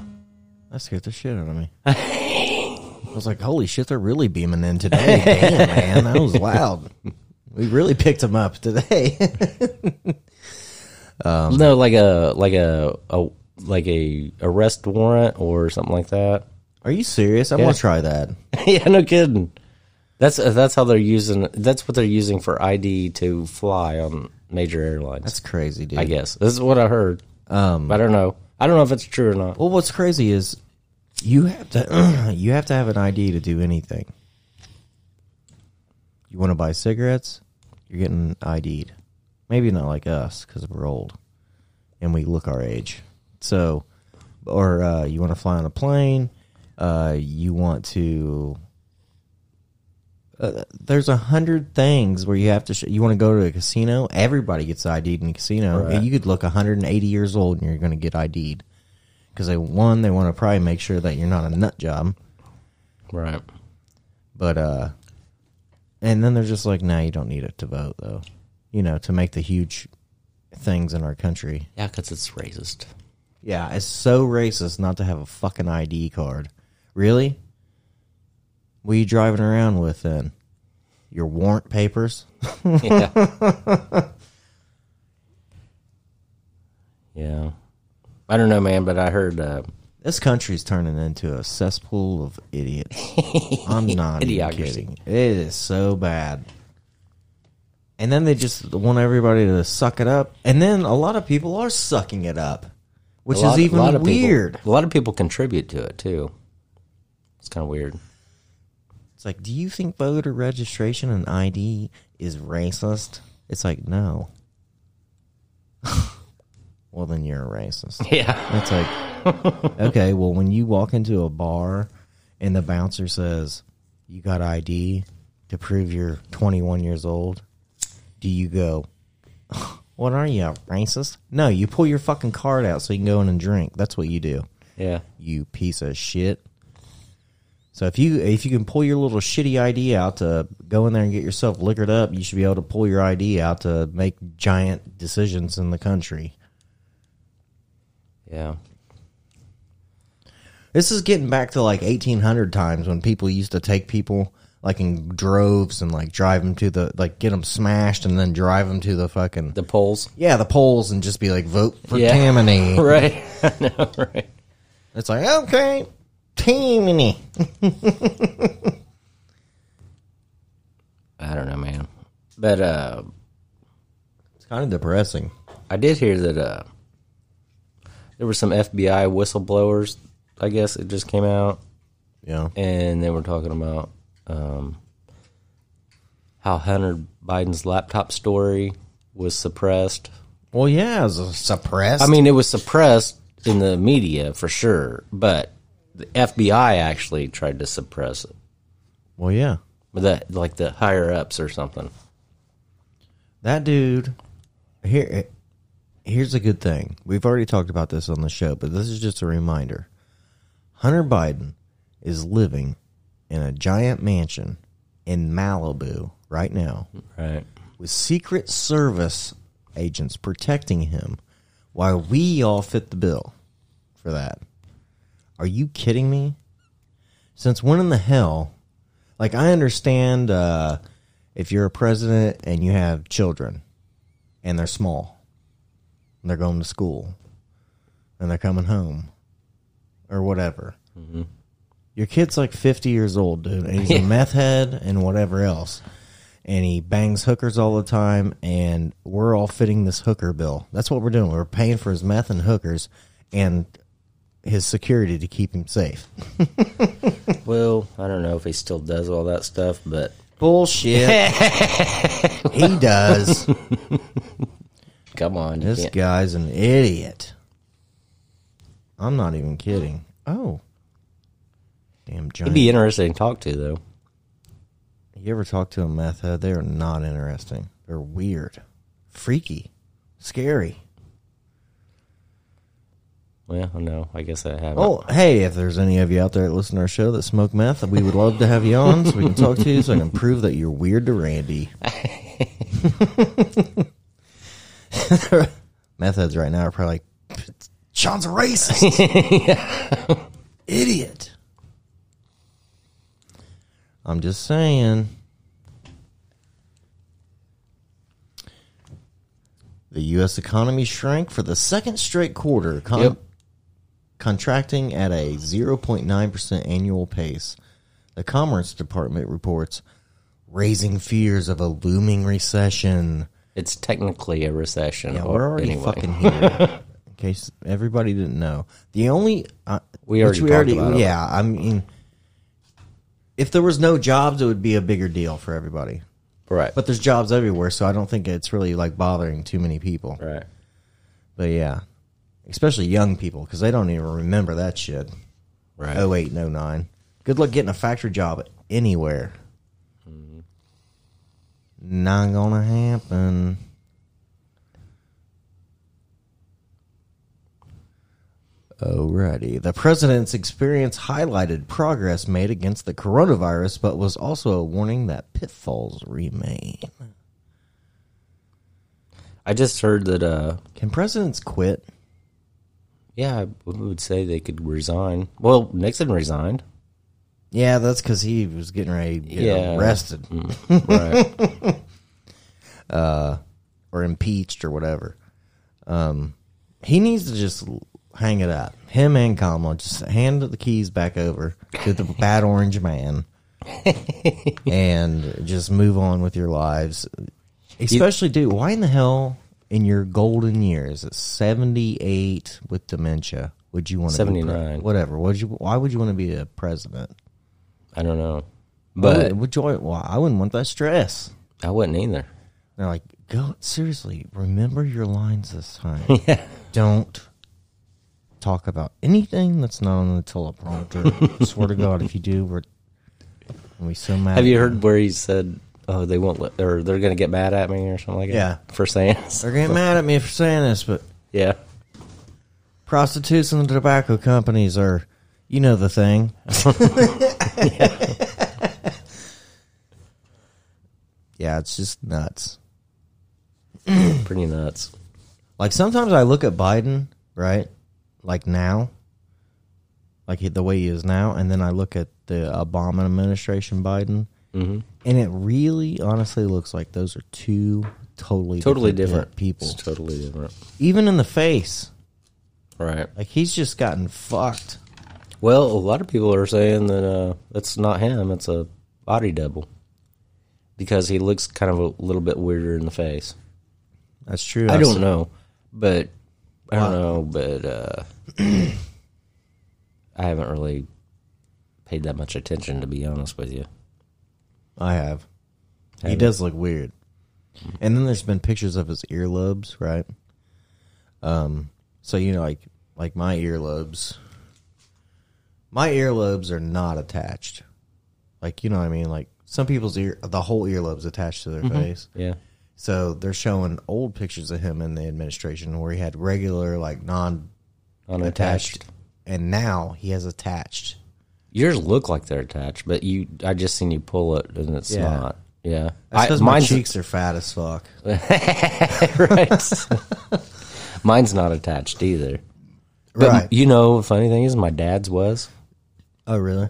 Speaker 1: That scared the shit out
Speaker 2: *laughs*
Speaker 1: of me. I was like, holy shit, they're really beaming in today. Damn, man. That was
Speaker 2: *laughs*
Speaker 1: loud. We really picked them up today.
Speaker 2: no, like a like a, a like a arrest warrant or something like that.
Speaker 1: Are you serious? I
Speaker 2: Yeah.
Speaker 1: want to try that.
Speaker 2: *laughs* yeah, no kidding. That's uh, that's how they're using. That's what they're using for ID to fly on major airlines.
Speaker 1: That's crazy, dude.
Speaker 2: I guess this is what I heard. Um, I don't know. I don't know if it's true or not.
Speaker 1: Well, what's crazy is you have to *clears throat* you have to have an ID to do anything. You want to buy cigarettes? You're getting ID'd. Maybe not like us because we're old and we look our age. So, or uh, you want to fly on a plane? Uh, you want to? Uh, there's a hundred things where you have to. Sh- you want to go to a casino? Everybody gets ID'd in a casino.
Speaker 2: Right.
Speaker 1: You could look 180 years old and you're going to get ID'd because they one they want to probably make sure that you're not a nut job
Speaker 2: Right.
Speaker 1: but uh and then they're just like nah you don't need it to vote though you know to make the huge things in our country
Speaker 2: Yeah, because it's
Speaker 1: *laughs*
Speaker 2: racist.
Speaker 1: yeah it's so racist not to have a fucking id card really what are you driving around with then your warrant papers
Speaker 2: Yeah. yeah. I don't know, man, but I heard uh,
Speaker 1: this country's turning into a cesspool of
Speaker 2: *laughs*
Speaker 1: idiots i'm not even
Speaker 2: Idiocracy.
Speaker 1: kidding it is so bad and then they just want everybody to suck it up and then a lot of people are sucking it up which
Speaker 2: a lot,
Speaker 1: is even
Speaker 2: a lot of people-
Speaker 1: weird
Speaker 2: a lot of people contribute to it too. It's kind of weird.
Speaker 1: It's like, do you think voter registration and ID is racist? It's like, no. *laughs* well, then you're a racist.
Speaker 2: Yeah.
Speaker 1: It's like, okay, well, when you walk into a bar and the bouncer says, you got ID to prove you're 21 years old, do you go, what are you, a racist? No, you pull your fucking card out so you can go in and drink. That's what you do
Speaker 2: Yeah.
Speaker 1: you piece of shit. So if you if you can pull your little shitty ID out to go in there and get yourself liquored up, you should be able to pull your ID out to make giant decisions in the country.
Speaker 2: Yeah.
Speaker 1: This is getting back to like eighteen hundred times when people used to take people like in droves and like drive them to the like get them smashed and then drive them to the fucking
Speaker 2: The polls. *laughs*
Speaker 1: yeah the polls and just be like vote for
Speaker 2: Yeah.
Speaker 1: Tammany.
Speaker 2: *laughs* Right. I know, right.
Speaker 1: It's like okay, Tammany.
Speaker 2: I don't know, man. But uh,
Speaker 1: It's kind of depressing.
Speaker 2: I did hear that uh, there were some FBI whistleblowers. I guess it just came out,
Speaker 1: Yeah.
Speaker 2: and they were talking about um, how Hunter Biden's laptop story was suppressed.
Speaker 1: Well, yeah, it's a suppressed.
Speaker 2: I mean, it was suppressed in the media for sure, but the FBI actually tried to suppress it.
Speaker 1: well, yeah.
Speaker 2: But that, like the higher ups or something.
Speaker 1: That dude here eh, here's a good thing. We've already talked about this on the show, but this is just a reminder. Hunter Biden is living in a giant mansion in Malibu right now
Speaker 2: Right.
Speaker 1: with Secret Service agents protecting him while we all fit the bill for that. Are you kidding me? Since when in the hell? Like, I understand uh, if you're a president and you have children and they're small and they're going to school and they're coming home or whatever. Your kid's like 50 years old, dude, and he's a meth head and whatever else. And he bangs hookers all the time, and we're all fitting this hooker bill. That's what we're doing. We're paying for his meth and hookers and his security to keep him safe.
Speaker 2: Well, I don't know if he still does all that stuff, but
Speaker 1: Bullshit. *laughs* he does.
Speaker 2: come on, you
Speaker 1: This
Speaker 2: can't.
Speaker 1: guy's an idiot. I'm not even kidding. Oh. Damn
Speaker 2: He'd
Speaker 1: giant.
Speaker 2: be interesting to talk to, though.
Speaker 1: You ever talk to a meth head? They're not interesting. They're weird, freaky, scary.
Speaker 2: Well, no, I guess I haven't.
Speaker 1: Oh, hey, if there's any of you out there that listen to our show that smoke meth, we would love to have you on so we can talk to you so I can prove that you're weird to Randy. *laughs* meth heads right now are probably like, Sean's a racist. Idiot. I'm just saying. The U.S. economy shrank for the second straight quarter. Con-
Speaker 2: Yep.
Speaker 1: contracting at a 0.9% annual pace. The Commerce Department reports raising fears of a looming recession.
Speaker 2: It's technically a recession.
Speaker 1: Yeah,
Speaker 2: or-
Speaker 1: we're already
Speaker 2: Oh, anyway.
Speaker 1: fucking here. In case everybody didn't know, the only uh,
Speaker 2: We
Speaker 1: which
Speaker 2: already talked about it.
Speaker 1: yeah, I mean, if there was no jobs, it would be a bigger deal for everybody.
Speaker 2: *laughs* Right.
Speaker 1: But there's jobs everywhere, so I don't think it's really like bothering too many people.
Speaker 2: right.
Speaker 1: But yeah, especially young people because they don't even remember that shit.
Speaker 2: Right.
Speaker 1: Oh eight, no nine. Good luck getting a factory job anywhere. Not gonna happen. Alrighty. The president's experience highlighted progress made against the coronavirus, but was also a warning that pitfalls remain.
Speaker 2: I just heard that, uh,
Speaker 1: Can presidents quit?
Speaker 2: yeah, I would say they could resign. Well, Nixon resigned.
Speaker 1: Yeah, that's because he was getting ready to get
Speaker 2: Yeah. Mm.
Speaker 1: arrested *laughs*
Speaker 2: Right.
Speaker 1: or impeached or whatever. Um, he needs to just l- hang it up. Him and Kamala just hand the keys back over to
Speaker 2: *laughs*
Speaker 1: the bad orange man, and just move on with your lives. Especially, dude, why in the hell in your golden years at seventy eight with dementia would you want to
Speaker 2: 79.
Speaker 1: whatever? Would you? Why would you want to be a president?
Speaker 2: I don't know. But
Speaker 1: would, would you, why, I wouldn't want that stress.
Speaker 2: I wouldn't either.
Speaker 1: They're like, go seriously, remember your lines this
Speaker 2: *laughs*
Speaker 1: time. Don't talk about anything that's not on the teleprompter. Swear to God, if you do, we're we'll be so mad.
Speaker 2: Have you
Speaker 1: at
Speaker 2: heard where he said, "Oh, they won't let, or they're going to get mad at me or something like
Speaker 1: Yeah.
Speaker 2: that"? for saying,
Speaker 1: They're getting mad at me for saying this, but
Speaker 2: *laughs* yeah,
Speaker 1: prostitutes and the tobacco companies are, you know, the
Speaker 2: *laughs*
Speaker 1: thing. *laughs* yeah, it's just nuts.
Speaker 2: pretty nuts.
Speaker 1: Like sometimes I look at Biden, right? Like now, like he- the way he is now, and then I look at the Obama administration Biden,
Speaker 2: Mm-hmm.
Speaker 1: and it really, honestly, looks like those are two totally,
Speaker 2: Totally different
Speaker 1: people.
Speaker 2: It's totally different.
Speaker 1: Even in the face,
Speaker 2: Right.
Speaker 1: like he's just gotten fucked.
Speaker 2: Well, a lot of people are saying that uh, that's not him; it's a body double because he looks kind of a little bit weirder in the face.
Speaker 1: That's true.
Speaker 2: I
Speaker 1: I've
Speaker 2: don't
Speaker 1: seen-
Speaker 2: know, but I don't know, but uh, *clears throat* I haven't really paid that much attention to be honest with you.
Speaker 1: I have. He
Speaker 2: Have
Speaker 1: does look weird. And then there's been pictures of his earlobes, right? Um, so you know, like like my earlobes, my earlobes are not attached. Like you know what I mean? Like some people's ear, the whole earlobe's attached to their
Speaker 2: Mm-hmm.
Speaker 1: face.
Speaker 2: Yeah.
Speaker 1: So they're showing old pictures of him in the administration where he had regular, like non-attached,
Speaker 2: Unattached.
Speaker 1: and now he has attached.
Speaker 2: Yours look like they're attached, but you I just seen you pull it and it's
Speaker 1: Yeah.
Speaker 2: not. Yeah,
Speaker 1: That's because
Speaker 2: I-
Speaker 1: my
Speaker 2: mine's-
Speaker 1: cheeks are fat as fuck.
Speaker 2: *laughs* right. *laughs* mine's not attached either. But
Speaker 1: Right.
Speaker 2: You know, funny thing is, my dad's was,
Speaker 1: Oh, really?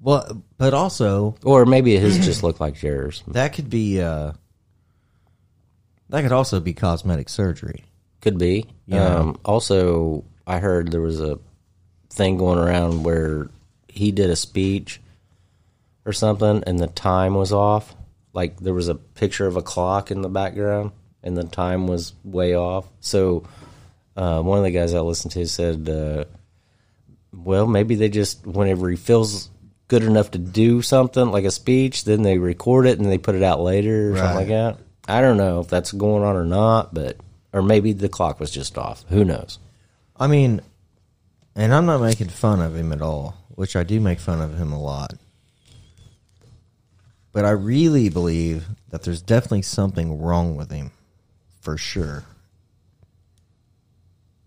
Speaker 1: Well, but also
Speaker 2: or maybe his just looked like yours.
Speaker 1: that could be uh, that could also be cosmetic surgery.
Speaker 2: Could be.
Speaker 1: Yeah.
Speaker 2: Um, also, I heard there was a thing going around where he did a speech or something, and the time was off. Like there was a picture of a clock in the background, and the time was way off. So uh, one of the guys I listened to said, uh, "Well, maybe they just whenever he feels." Good enough to do something like a speech, then they record it and they put it out later or something like
Speaker 1: Right.
Speaker 2: that. I don't know if that's going on or not, but or maybe the clock was just off. Who knows?
Speaker 1: I mean, and I'm not making fun of him at all, which I do make fun of him a lot. But I really believe that there's definitely something wrong with him, for sure.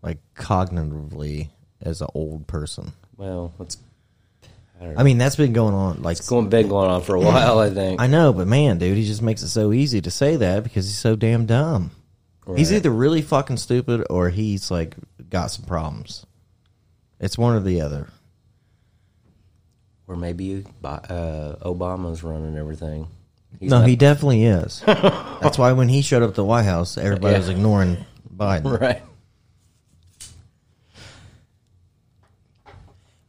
Speaker 1: Like cognitively, as an old person.
Speaker 2: Well, it's
Speaker 1: I mean, that's been going on. Like,
Speaker 2: going been going on for a while. I think.
Speaker 1: I know, but man, dude, he just makes it so easy to say that because he's so damn dumb. He's
Speaker 2: Right.
Speaker 1: either really fucking stupid or he's like got some problems. It's one or the other.
Speaker 2: or maybe Bi- uh, Obama's running everything. He's
Speaker 1: no,
Speaker 2: not-
Speaker 1: he definitely is. That's why when he showed up at the White House, everybody
Speaker 2: Yeah.
Speaker 1: was ignoring Biden.
Speaker 2: *laughs* right.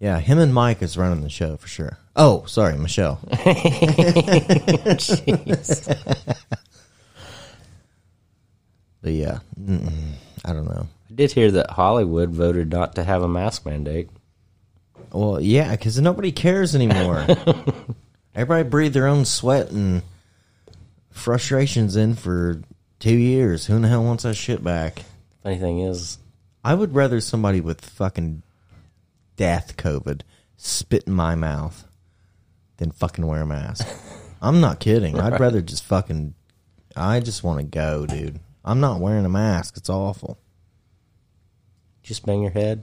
Speaker 1: Yeah, him and Mike is running the show for sure. Oh, sorry,
Speaker 2: *laughs*
Speaker 1: Michelle. but yeah, mm, I don't know.
Speaker 2: I did hear that Hollywood voted not to have a mask mandate.
Speaker 1: Well, yeah, because nobody cares *laughs* anymore. Everybody breathed their own sweat and frustrations in for two years. Who in the hell wants that shit back?
Speaker 2: Funny thing is,
Speaker 1: I would rather somebody with fucking death COVID spit in my mouth than fucking wear a mask. *laughs* I'm not kidding. I'd rather just fucking. I just want to go, dude. I'm not wearing a mask. It's awful.
Speaker 2: just bang your head.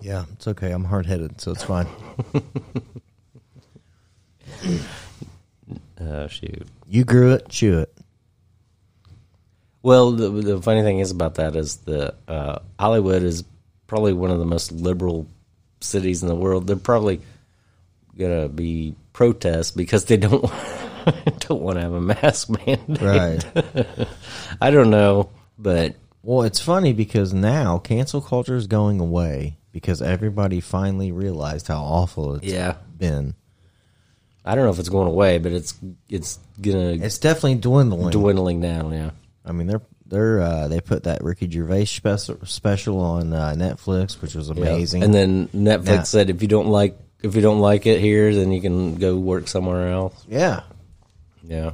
Speaker 1: Yeah, it's okay. I'm hard headed, so it's fine.
Speaker 2: Oh shoot.
Speaker 1: You grew it, chew *laughs* it.
Speaker 2: Well, the, the funny thing is about that is the uh, Hollywood is probably one of the most liberal cities in the world. They're probably gonna be protests because they don't *laughs* don't want to have a mask *laughs* mandate.
Speaker 1: Right.
Speaker 2: I don't know, but
Speaker 1: Well, it's funny because now cancel culture is going away because everybody finally realized how awful it's
Speaker 2: Yeah.
Speaker 1: been.
Speaker 2: I don't know if it's going away, but it's it's gonna
Speaker 1: It's definitely dwindling.
Speaker 2: dwindling down. Yeah,
Speaker 1: I mean, they're they're uh, they put that Ricky Gervais special special on uh, Netflix, which was amazing.
Speaker 2: Yeah. And then Netflix
Speaker 1: Yeah.
Speaker 2: said if you don't like if you don't like it here, then you can go work somewhere else.
Speaker 1: yeah,
Speaker 2: Yeah.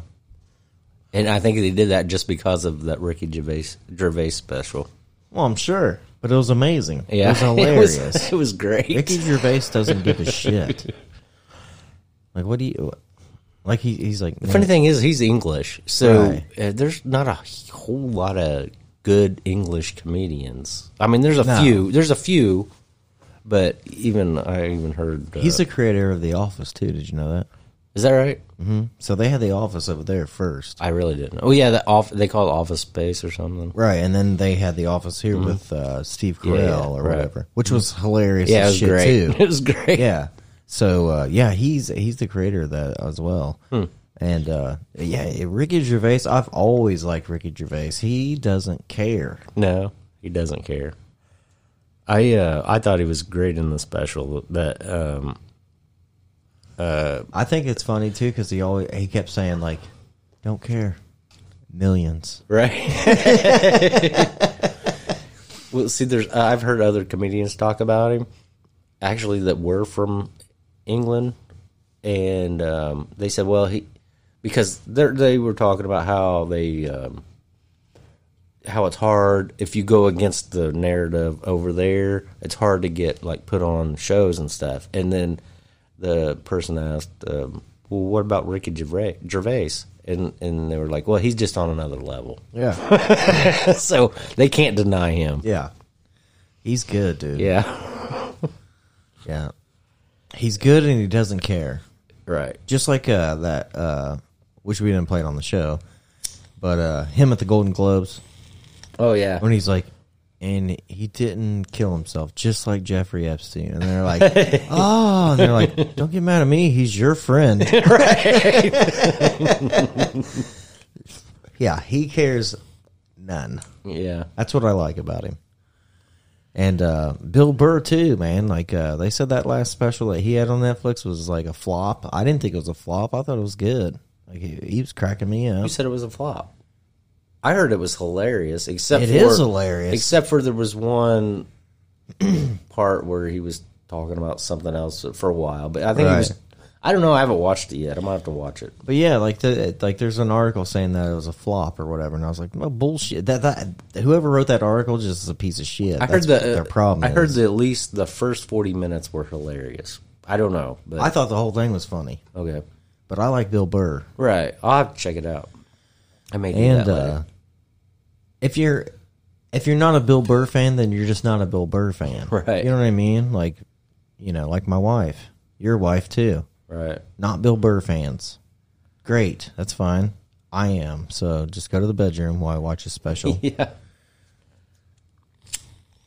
Speaker 2: And I think they did that just because of that Ricky Gervais, Gervais special.
Speaker 1: well, I'm sure, but it was amazing.
Speaker 2: Yeah,
Speaker 1: it was
Speaker 2: *laughs* It was-
Speaker 1: hilarious.
Speaker 2: It was, great.
Speaker 1: Ricky Gervais doesn't give a shit. Like, what do you? Like he, he's like
Speaker 2: the funny
Speaker 1: "Man,
Speaker 2: thing is, he's English, so
Speaker 1: Right.
Speaker 2: uh, there's not a whole lot of good English comedians. I mean, there's a
Speaker 1: No.
Speaker 2: few. There's a few, but even I even heard uh,
Speaker 1: He's the creator of The Office too. Did you know that?
Speaker 2: Is that right?
Speaker 1: So they had The Office over there first.
Speaker 2: I really didn't. Oh yeah, the off they call it Office Space or something.
Speaker 1: Right, and then they had the office here with uh, Steve Carell
Speaker 2: Mm-hmm. Yeah,
Speaker 1: or
Speaker 2: right. Mm-hmm.
Speaker 1: whatever, which was hilarious.
Speaker 2: Yeah,
Speaker 1: as
Speaker 2: it was
Speaker 1: shit
Speaker 2: great.
Speaker 1: too.
Speaker 2: *laughs* It was great.
Speaker 1: yeah. So uh, yeah, he's he's the creator of that as well.
Speaker 2: Hmm.
Speaker 1: And uh, yeah, Ricky Gervais. I've always liked Ricky Gervais. He doesn't care.
Speaker 2: No, he doesn't care. I uh, I thought he was great in the special. That um,
Speaker 1: I think it's funny too because he always he kept saying like, "Don't care." Millions.
Speaker 2: right. *laughs* well, see, there's uh, I've heard other comedians talk about him, actually that were from England, and um, they said, well, he because they they were talking about how they um, how it's hard if you go against the narrative over there. It's hard to get like put on shows and stuff. And then the person asked, um, "Well, what about Ricky Gervais?" Gervais? And and they were like, "Well, he's just on another level, *laughs*
Speaker 1: Yeah,
Speaker 2: so they can't deny him."
Speaker 1: *laughs* yeah. He's good, dude.
Speaker 2: Yeah,
Speaker 1: yeah. He's good and he doesn't care.
Speaker 2: Right.
Speaker 1: just like uh, that, uh, which we didn't play it on the show, but uh, him at the Golden Globes
Speaker 2: Oh yeah.
Speaker 1: when he's like, and he didn't kill himself, just like Jeffrey Epstein, and they're like, oh, and they're like, don't get mad at me, he's your friend, right? *laughs* yeah, he cares none.
Speaker 2: Yeah.
Speaker 1: That's what I like about him. And uh, Bill Burr too, man. Like uh, they said, that last special that he had on Netflix was like a flop. I didn't think it was a flop. I thought it was good. Like he, he was cracking me
Speaker 2: You
Speaker 1: up.
Speaker 2: said it was a flop. I heard it was hilarious. Except
Speaker 1: It
Speaker 2: for,
Speaker 1: is hilarious.
Speaker 2: Except for there was one *clears throat* part where he was talking about something else for a while, but I think he
Speaker 1: Right.
Speaker 2: was. I don't know. I haven't watched it yet. I'm gonna have to watch it.
Speaker 1: But yeah, like the like there's an article saying that it was a flop or whatever, and I was like, well, bullshit. That that whoever wrote that article just is a piece of shit.
Speaker 2: I heard
Speaker 1: That's what
Speaker 2: that
Speaker 1: their problem.
Speaker 2: I heard
Speaker 1: is.
Speaker 2: that at least the first 40 minutes were hilarious. I don't know, but
Speaker 1: I thought the whole thing was funny,
Speaker 2: okay,
Speaker 1: but I like Bill Burr.
Speaker 2: right. I'll have to check it out. I may do
Speaker 1: And
Speaker 2: that
Speaker 1: uh,
Speaker 2: later.
Speaker 1: if you're if you're not a Bill Burr fan, then you're just not a Bill Burr fan,
Speaker 2: Right.
Speaker 1: You know what I mean? Like, you know, like my wife, your wife too.
Speaker 2: right.
Speaker 1: Not Bill Burr fans. Great, that's fine. I am. So just go to the bedroom while I watch a special.
Speaker 2: *laughs* Yeah.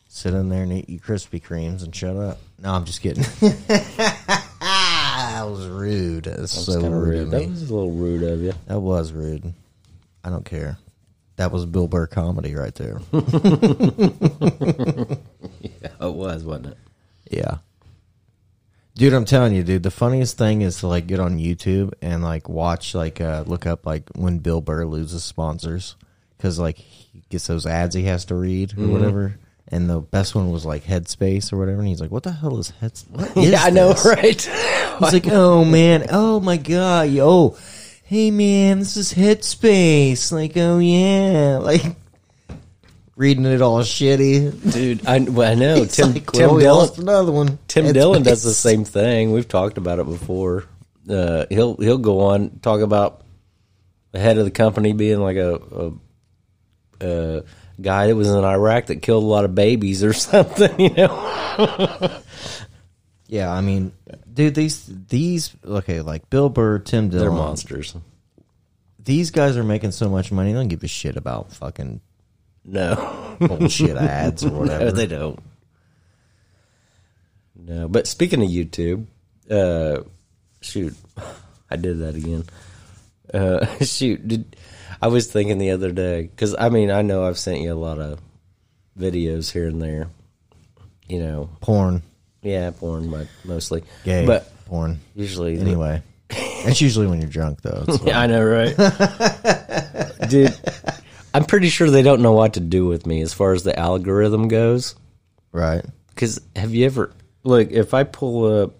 Speaker 1: Sit in there and eat your Krispy Kremes and shut up. No, I'm just kidding. *laughs* that was rude. That's so
Speaker 2: Kinda
Speaker 1: rude.
Speaker 2: rude.
Speaker 1: Of
Speaker 2: That
Speaker 1: me.
Speaker 2: was a little rude of you.
Speaker 1: That was rude. I don't care. That was Bill Burr comedy right
Speaker 2: *laughs*
Speaker 1: there.
Speaker 2: Oh, It was, wasn't it?
Speaker 1: Yeah. Dude, I'm telling you, dude, the funniest thing is to like get on YouTube and like watch like uh look up like when Bill Burr loses sponsors cuz like he gets those ads he has to read or
Speaker 2: Mm-hmm.
Speaker 1: whatever. And the best one was like Headspace or whatever and he's like, "What the hell is Heads?" What is
Speaker 2: *laughs* yeah, I know,
Speaker 1: this?"
Speaker 2: *laughs* right?
Speaker 1: He's like, "Oh man, oh my god, yo. Hey man, this is Headspace." Like, "Oh yeah." Like reading it all shitty.
Speaker 2: *laughs* Dude, I, well, I
Speaker 1: *laughs*
Speaker 2: know
Speaker 1: It's
Speaker 2: Tim
Speaker 1: like, well,
Speaker 2: Tim
Speaker 1: we
Speaker 2: Dillon.
Speaker 1: lost another one.
Speaker 2: Tim
Speaker 1: Headspace.
Speaker 2: Dillon does the same thing. We've talked about it before. Uh, he'll he'll go on talk about the head of the company being like a, a, a guy that was in Iraq that killed a lot of babies or *laughs* something. You know,
Speaker 1: Yeah, I mean, dude, these these okay, like Bill Burr, Tim
Speaker 2: they're
Speaker 1: Dillon,
Speaker 2: monsters.
Speaker 1: these guys are making so much money, they don't give a shit about fucking
Speaker 2: No,
Speaker 1: bullshit
Speaker 2: *laughs*
Speaker 1: ads or whatever.
Speaker 2: no, Oh, they don't. No, but speaking of YouTube, uh, shoot, I did that again. Uh, *laughs* shoot, did I was thinking the other day because I mean I know I've sent you a lot of videos here and there, you know,
Speaker 1: Porn,
Speaker 2: yeah, porn, but mostly
Speaker 1: gay,
Speaker 2: but
Speaker 1: porn.
Speaker 2: usually the-
Speaker 1: Anyway, that's usually when you're drunk, though. It's
Speaker 2: *laughs* yeah, I know, right? Dude, I'm pretty sure they don't know what to do with me as far as the algorithm goes.
Speaker 1: right.
Speaker 2: Because have you ever like if I pull up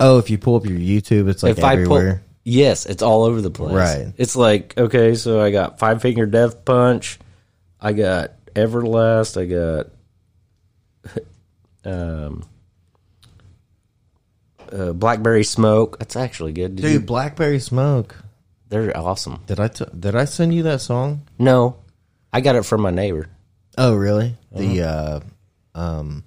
Speaker 1: Oh, if you pull up your YouTube, it's like
Speaker 2: if I
Speaker 1: everywhere.
Speaker 2: pull yes, it's all over the place.
Speaker 1: Right.
Speaker 2: It's like okay, so I got Five Finger Death Punch, I got Everlast, I got *laughs* um. Uh, blackberry smoke that's actually good Did
Speaker 1: Dude,
Speaker 2: you-
Speaker 1: Blackberry Smoke.
Speaker 2: they're awesome
Speaker 1: Did I t- did I send you that song?
Speaker 2: no i got it from my neighbor
Speaker 1: Oh, really? The uh, um,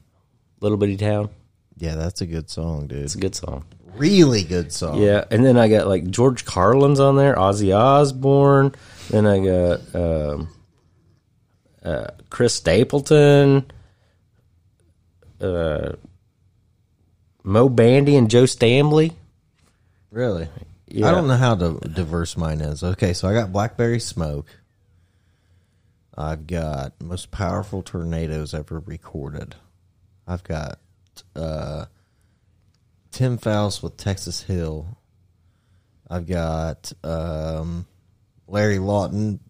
Speaker 2: little bitty town
Speaker 1: yeah, that's a good song, dude.
Speaker 2: it's a good song
Speaker 1: Really good song.
Speaker 2: Yeah, and then I got like George Carlin's on there, Ozzy Osbourne. Then I got um, uh, Chris Stapleton, uh, Mo Bandy, and Joe Stamley.
Speaker 1: Really?
Speaker 2: Yeah.
Speaker 1: I don't know how di- diverse mine is. Okay, so I got Blackberry Smoke. I've got most powerful tornadoes ever recorded. I've got uh, Tim Faust with Texas Hill. I've got um, Larry Lawton,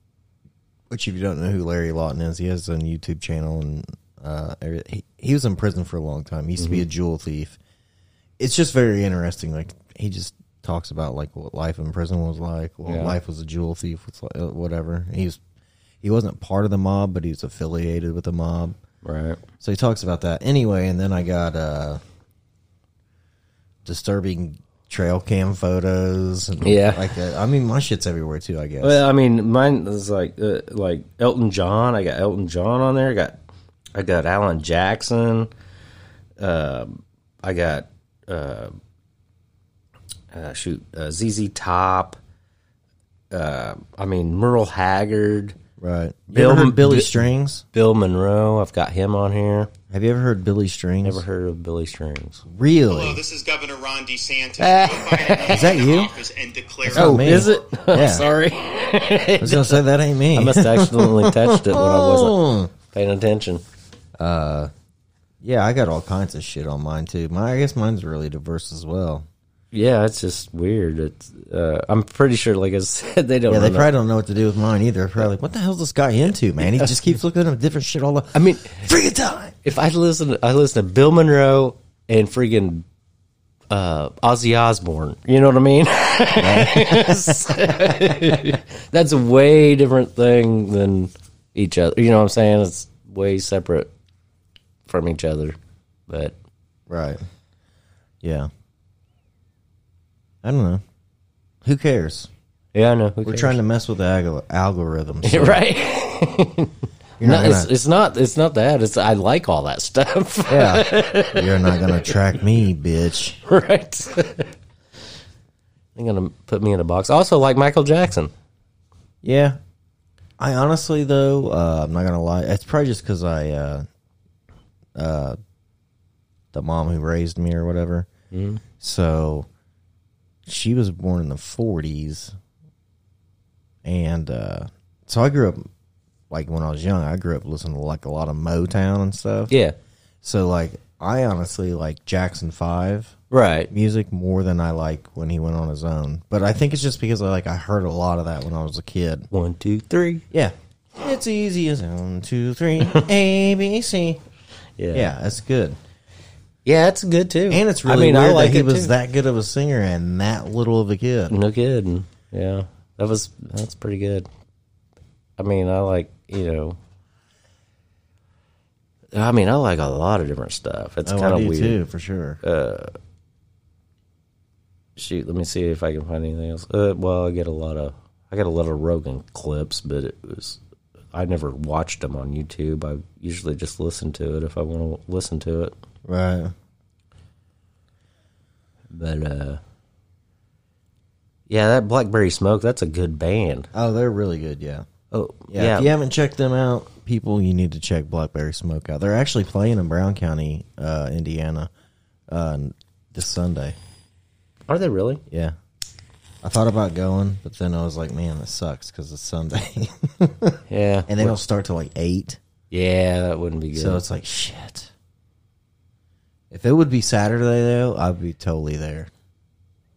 Speaker 1: which if you don't know who Larry Lawton is, he has his own YouTube channel and uh, every- he, he was in prison for a long time. He used to be a jewel thief it's just very interesting. Like he just talks about like what life in prison was like, what
Speaker 2: Yeah.
Speaker 1: life was a jewel thief, was like, uh, whatever. He was he wasn't part of the mob, but he was affiliated with the mob.
Speaker 2: Right.
Speaker 1: So he talks about that anyway. And then I got uh, disturbing trail cam photos. And
Speaker 2: Yeah.
Speaker 1: like that. I mean, my shit's everywhere too. I guess.
Speaker 2: Well, I mean, mine is like uh, like Elton John. I got Elton John on there. I got I got Alan Jackson. Um I got uh, uh, shoot, uh, ZZ Top. Uh, I mean, Merle Haggard,
Speaker 1: Right. You
Speaker 2: Bill-
Speaker 1: ever heard Billy
Speaker 2: Bi-
Speaker 1: Strings?
Speaker 2: Bill Monroe. I've got him on here.
Speaker 1: Have you ever heard Billy Strings?
Speaker 2: Never heard of Billy Strings.
Speaker 6: Hello,
Speaker 1: Really?
Speaker 6: this is Governor
Speaker 2: *laughs*
Speaker 6: Ron DeSantis. is
Speaker 1: that you?
Speaker 6: And declare
Speaker 1: Oh, me.
Speaker 2: Is it? *laughs*
Speaker 1: Yeah.
Speaker 2: Sorry,
Speaker 1: I was gonna say that ain't me. *laughs*
Speaker 2: I must have accidentally touched it when I *laughs* wasn't
Speaker 1: Oh.
Speaker 2: paying attention.
Speaker 1: Yeah, I got all kinds of shit on mine too. My, I guess mine's really diverse as well.
Speaker 2: Yeah, it's just weird. It's uh, I'm pretty sure, like I said, *laughs* they don't.
Speaker 1: Yeah, they
Speaker 2: know.
Speaker 1: probably don't know what to do with mine either. Probably like, what the hell's this guy into, man? He just keeps looking at different shit all the
Speaker 2: I mean,
Speaker 1: freaking time.
Speaker 2: if I listen, to, I listen to Bill Monroe and friggin' uh, Ozzy Osbourne. You know what I mean? *laughs* That's a way different thing than each other. You know what I'm saying? It's way separate from each other. But
Speaker 1: Right. Yeah. I don't know. Who cares?
Speaker 2: yeah, I know.
Speaker 1: We're trying to mess with the alg- *laughs* algorithms.
Speaker 2: to *laughs* right.
Speaker 1: You're
Speaker 2: No,
Speaker 1: not
Speaker 2: it's,
Speaker 1: gonna,
Speaker 2: it's not. It's not that. It's I like all that stuff. *laughs*
Speaker 1: yeah. You're not gonna track me, bitch.
Speaker 2: *laughs* right. They're gonna put me in a box. Also, like Michael Jackson.
Speaker 1: Yeah. I honestly though, uh, I'm not gonna lie. It's probably just because I, uh, uh, the mom who raised me or whatever. So she was born in the 40s, and uh, so I grew up like when I was young. I grew up listening to like a lot of Motown and stuff.
Speaker 2: Yeah.
Speaker 1: So like, I honestly like Jackson Five
Speaker 2: Right.
Speaker 1: music more than I like when he went on his own. But I think it's just because I like I heard a lot of that when I was a kid.
Speaker 2: One, two, three.
Speaker 1: Yeah. It's easy as one, two, three, A, B, C.
Speaker 2: Yeah.
Speaker 1: Yeah, that's good.
Speaker 2: Yeah, it's good too.
Speaker 1: And it's really
Speaker 2: I mean,
Speaker 1: weird
Speaker 2: I like
Speaker 1: that he
Speaker 2: it
Speaker 1: was
Speaker 2: too.
Speaker 1: that good of a singer and that little of a kid.
Speaker 2: No kidding. Yeah, that was that's pretty good. I mean, I like you know. I mean, I like a lot of different stuff. It's
Speaker 1: Oh, I
Speaker 2: kind of
Speaker 1: do
Speaker 2: weird.
Speaker 1: too, for sure.
Speaker 2: Shoot, let me see if I can find anything else. Uh, well, I get a lot of I got a lot of Rogan clips, but it was I never watched them on YouTube. I usually just listen to it if I want to listen to it.
Speaker 1: right.
Speaker 2: But uh yeah, that Blackberry Smoke, that's a good band.
Speaker 1: Oh, they're really good, yeah.
Speaker 2: Oh,
Speaker 1: Yeah, If you haven't checked them out, people, you need to check Blackberry Smoke out. They're actually playing in Brown County, uh, Indiana, uh, this Sunday.
Speaker 2: Are they really?
Speaker 1: Yeah. I thought about going, but then I was like, man, that sucks because it's Sunday. *laughs*
Speaker 2: Yeah.
Speaker 1: and they don't start till like 8.
Speaker 2: yeah, that wouldn't be good.
Speaker 1: So it's like shit. If it would be Saturday though, I'd be totally there.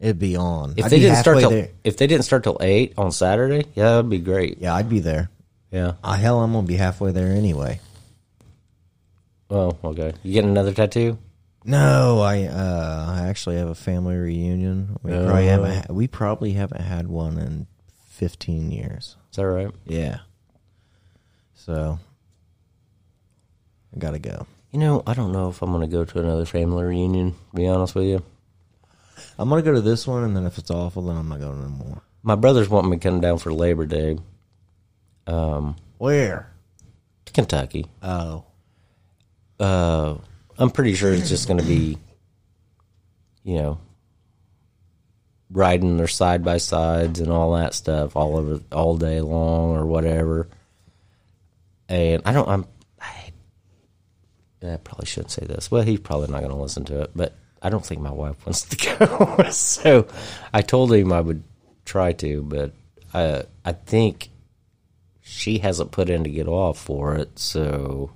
Speaker 1: It'd be on.
Speaker 2: if
Speaker 1: I'd
Speaker 2: they
Speaker 1: be
Speaker 2: didn't start
Speaker 1: halfway
Speaker 2: till
Speaker 1: there.
Speaker 2: if they didn't start till eight on Saturday, yeah, that'd be great.
Speaker 1: yeah, I'd be there.
Speaker 2: Yeah.
Speaker 1: Uh, hell, I'm gonna be halfway there anyway.
Speaker 2: Oh, okay. You getting another tattoo?
Speaker 1: No, I uh, I actually have a family reunion. We probably haven't. ha- We probably haven't had one in 15 years.
Speaker 2: Is that right?
Speaker 1: Yeah. So I gotta go.
Speaker 2: You know, I don't know if I'm gonna go to another family reunion. To be honest with you,
Speaker 1: I'm gonna go to this one, and then if it's awful, then I'm not going anymore.
Speaker 2: my brothers want me to come down for Labor Day
Speaker 1: Where?
Speaker 2: to Kentucky.
Speaker 1: Oh,
Speaker 2: I'm pretty sure it's just gonna be, you know, riding their side by sides and all that stuff all over all day long or whatever. And I don't. I'm. I, I probably shouldn't say this. Well, he's probably not gonna listen to it, but I don't think my wife wants to *laughs* go. so I told him I would try to, but I I think she hasn't put in to get off for it, so.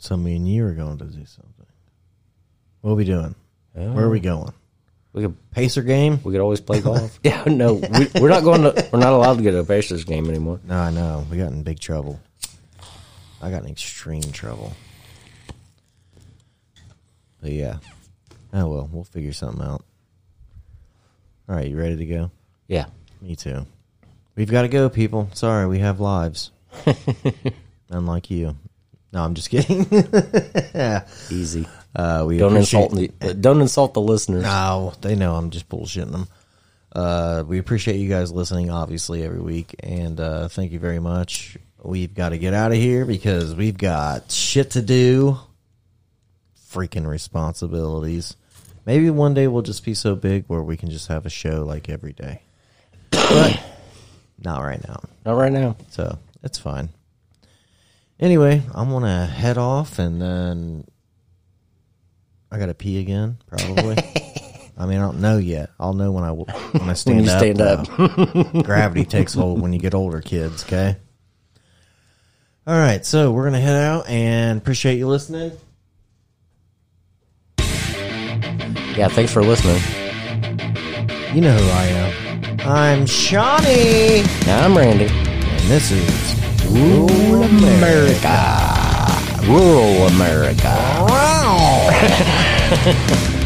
Speaker 1: So me and you are going to do something. What are we doing? Where are we going?
Speaker 2: We could
Speaker 1: Pacer game?
Speaker 2: We could always play golf. *laughs* yeah, no, we, we're not going to. We're not allowed to go to a Pacers game anymore.
Speaker 1: No, I know. We got in big trouble. I got in extreme trouble. But yeah. Oh well, we'll figure something out. All right, you ready to go?
Speaker 2: Yeah,
Speaker 1: Me too. We've got to go, people. Sorry, we have lives. Unlike you. No, I'm just kidding. *laughs*
Speaker 2: easy.
Speaker 1: Uh, we
Speaker 2: Don't
Speaker 1: appreciate-
Speaker 2: insult the. Don't insult the listeners.
Speaker 1: No, they know I'm just bullshitting them. Uh, we appreciate you guys listening, obviously, every week, and uh, thank you very much. We've got to get out of here because we've got shit to do, freaking responsibilities. Maybe one day we'll just be so big where we can just have a show like every day. But not right now.
Speaker 2: Not right now.
Speaker 1: So it's fine. Anyway, I'm gonna head off and then I gotta pee again, probably. I mean, I don't know yet. I'll know when I w- when I stand
Speaker 2: you
Speaker 1: up.
Speaker 2: stand
Speaker 1: though. Gravity takes hold when you get older, kids. Okay. All right, so we're gonna head out and appreciate you listening.
Speaker 2: Yeah, thanks for listening.
Speaker 1: You know who I am. I'm Shawnee,
Speaker 2: Now I'm Randy.
Speaker 1: and this is
Speaker 2: Rural America. Rural America.
Speaker 1: Wow.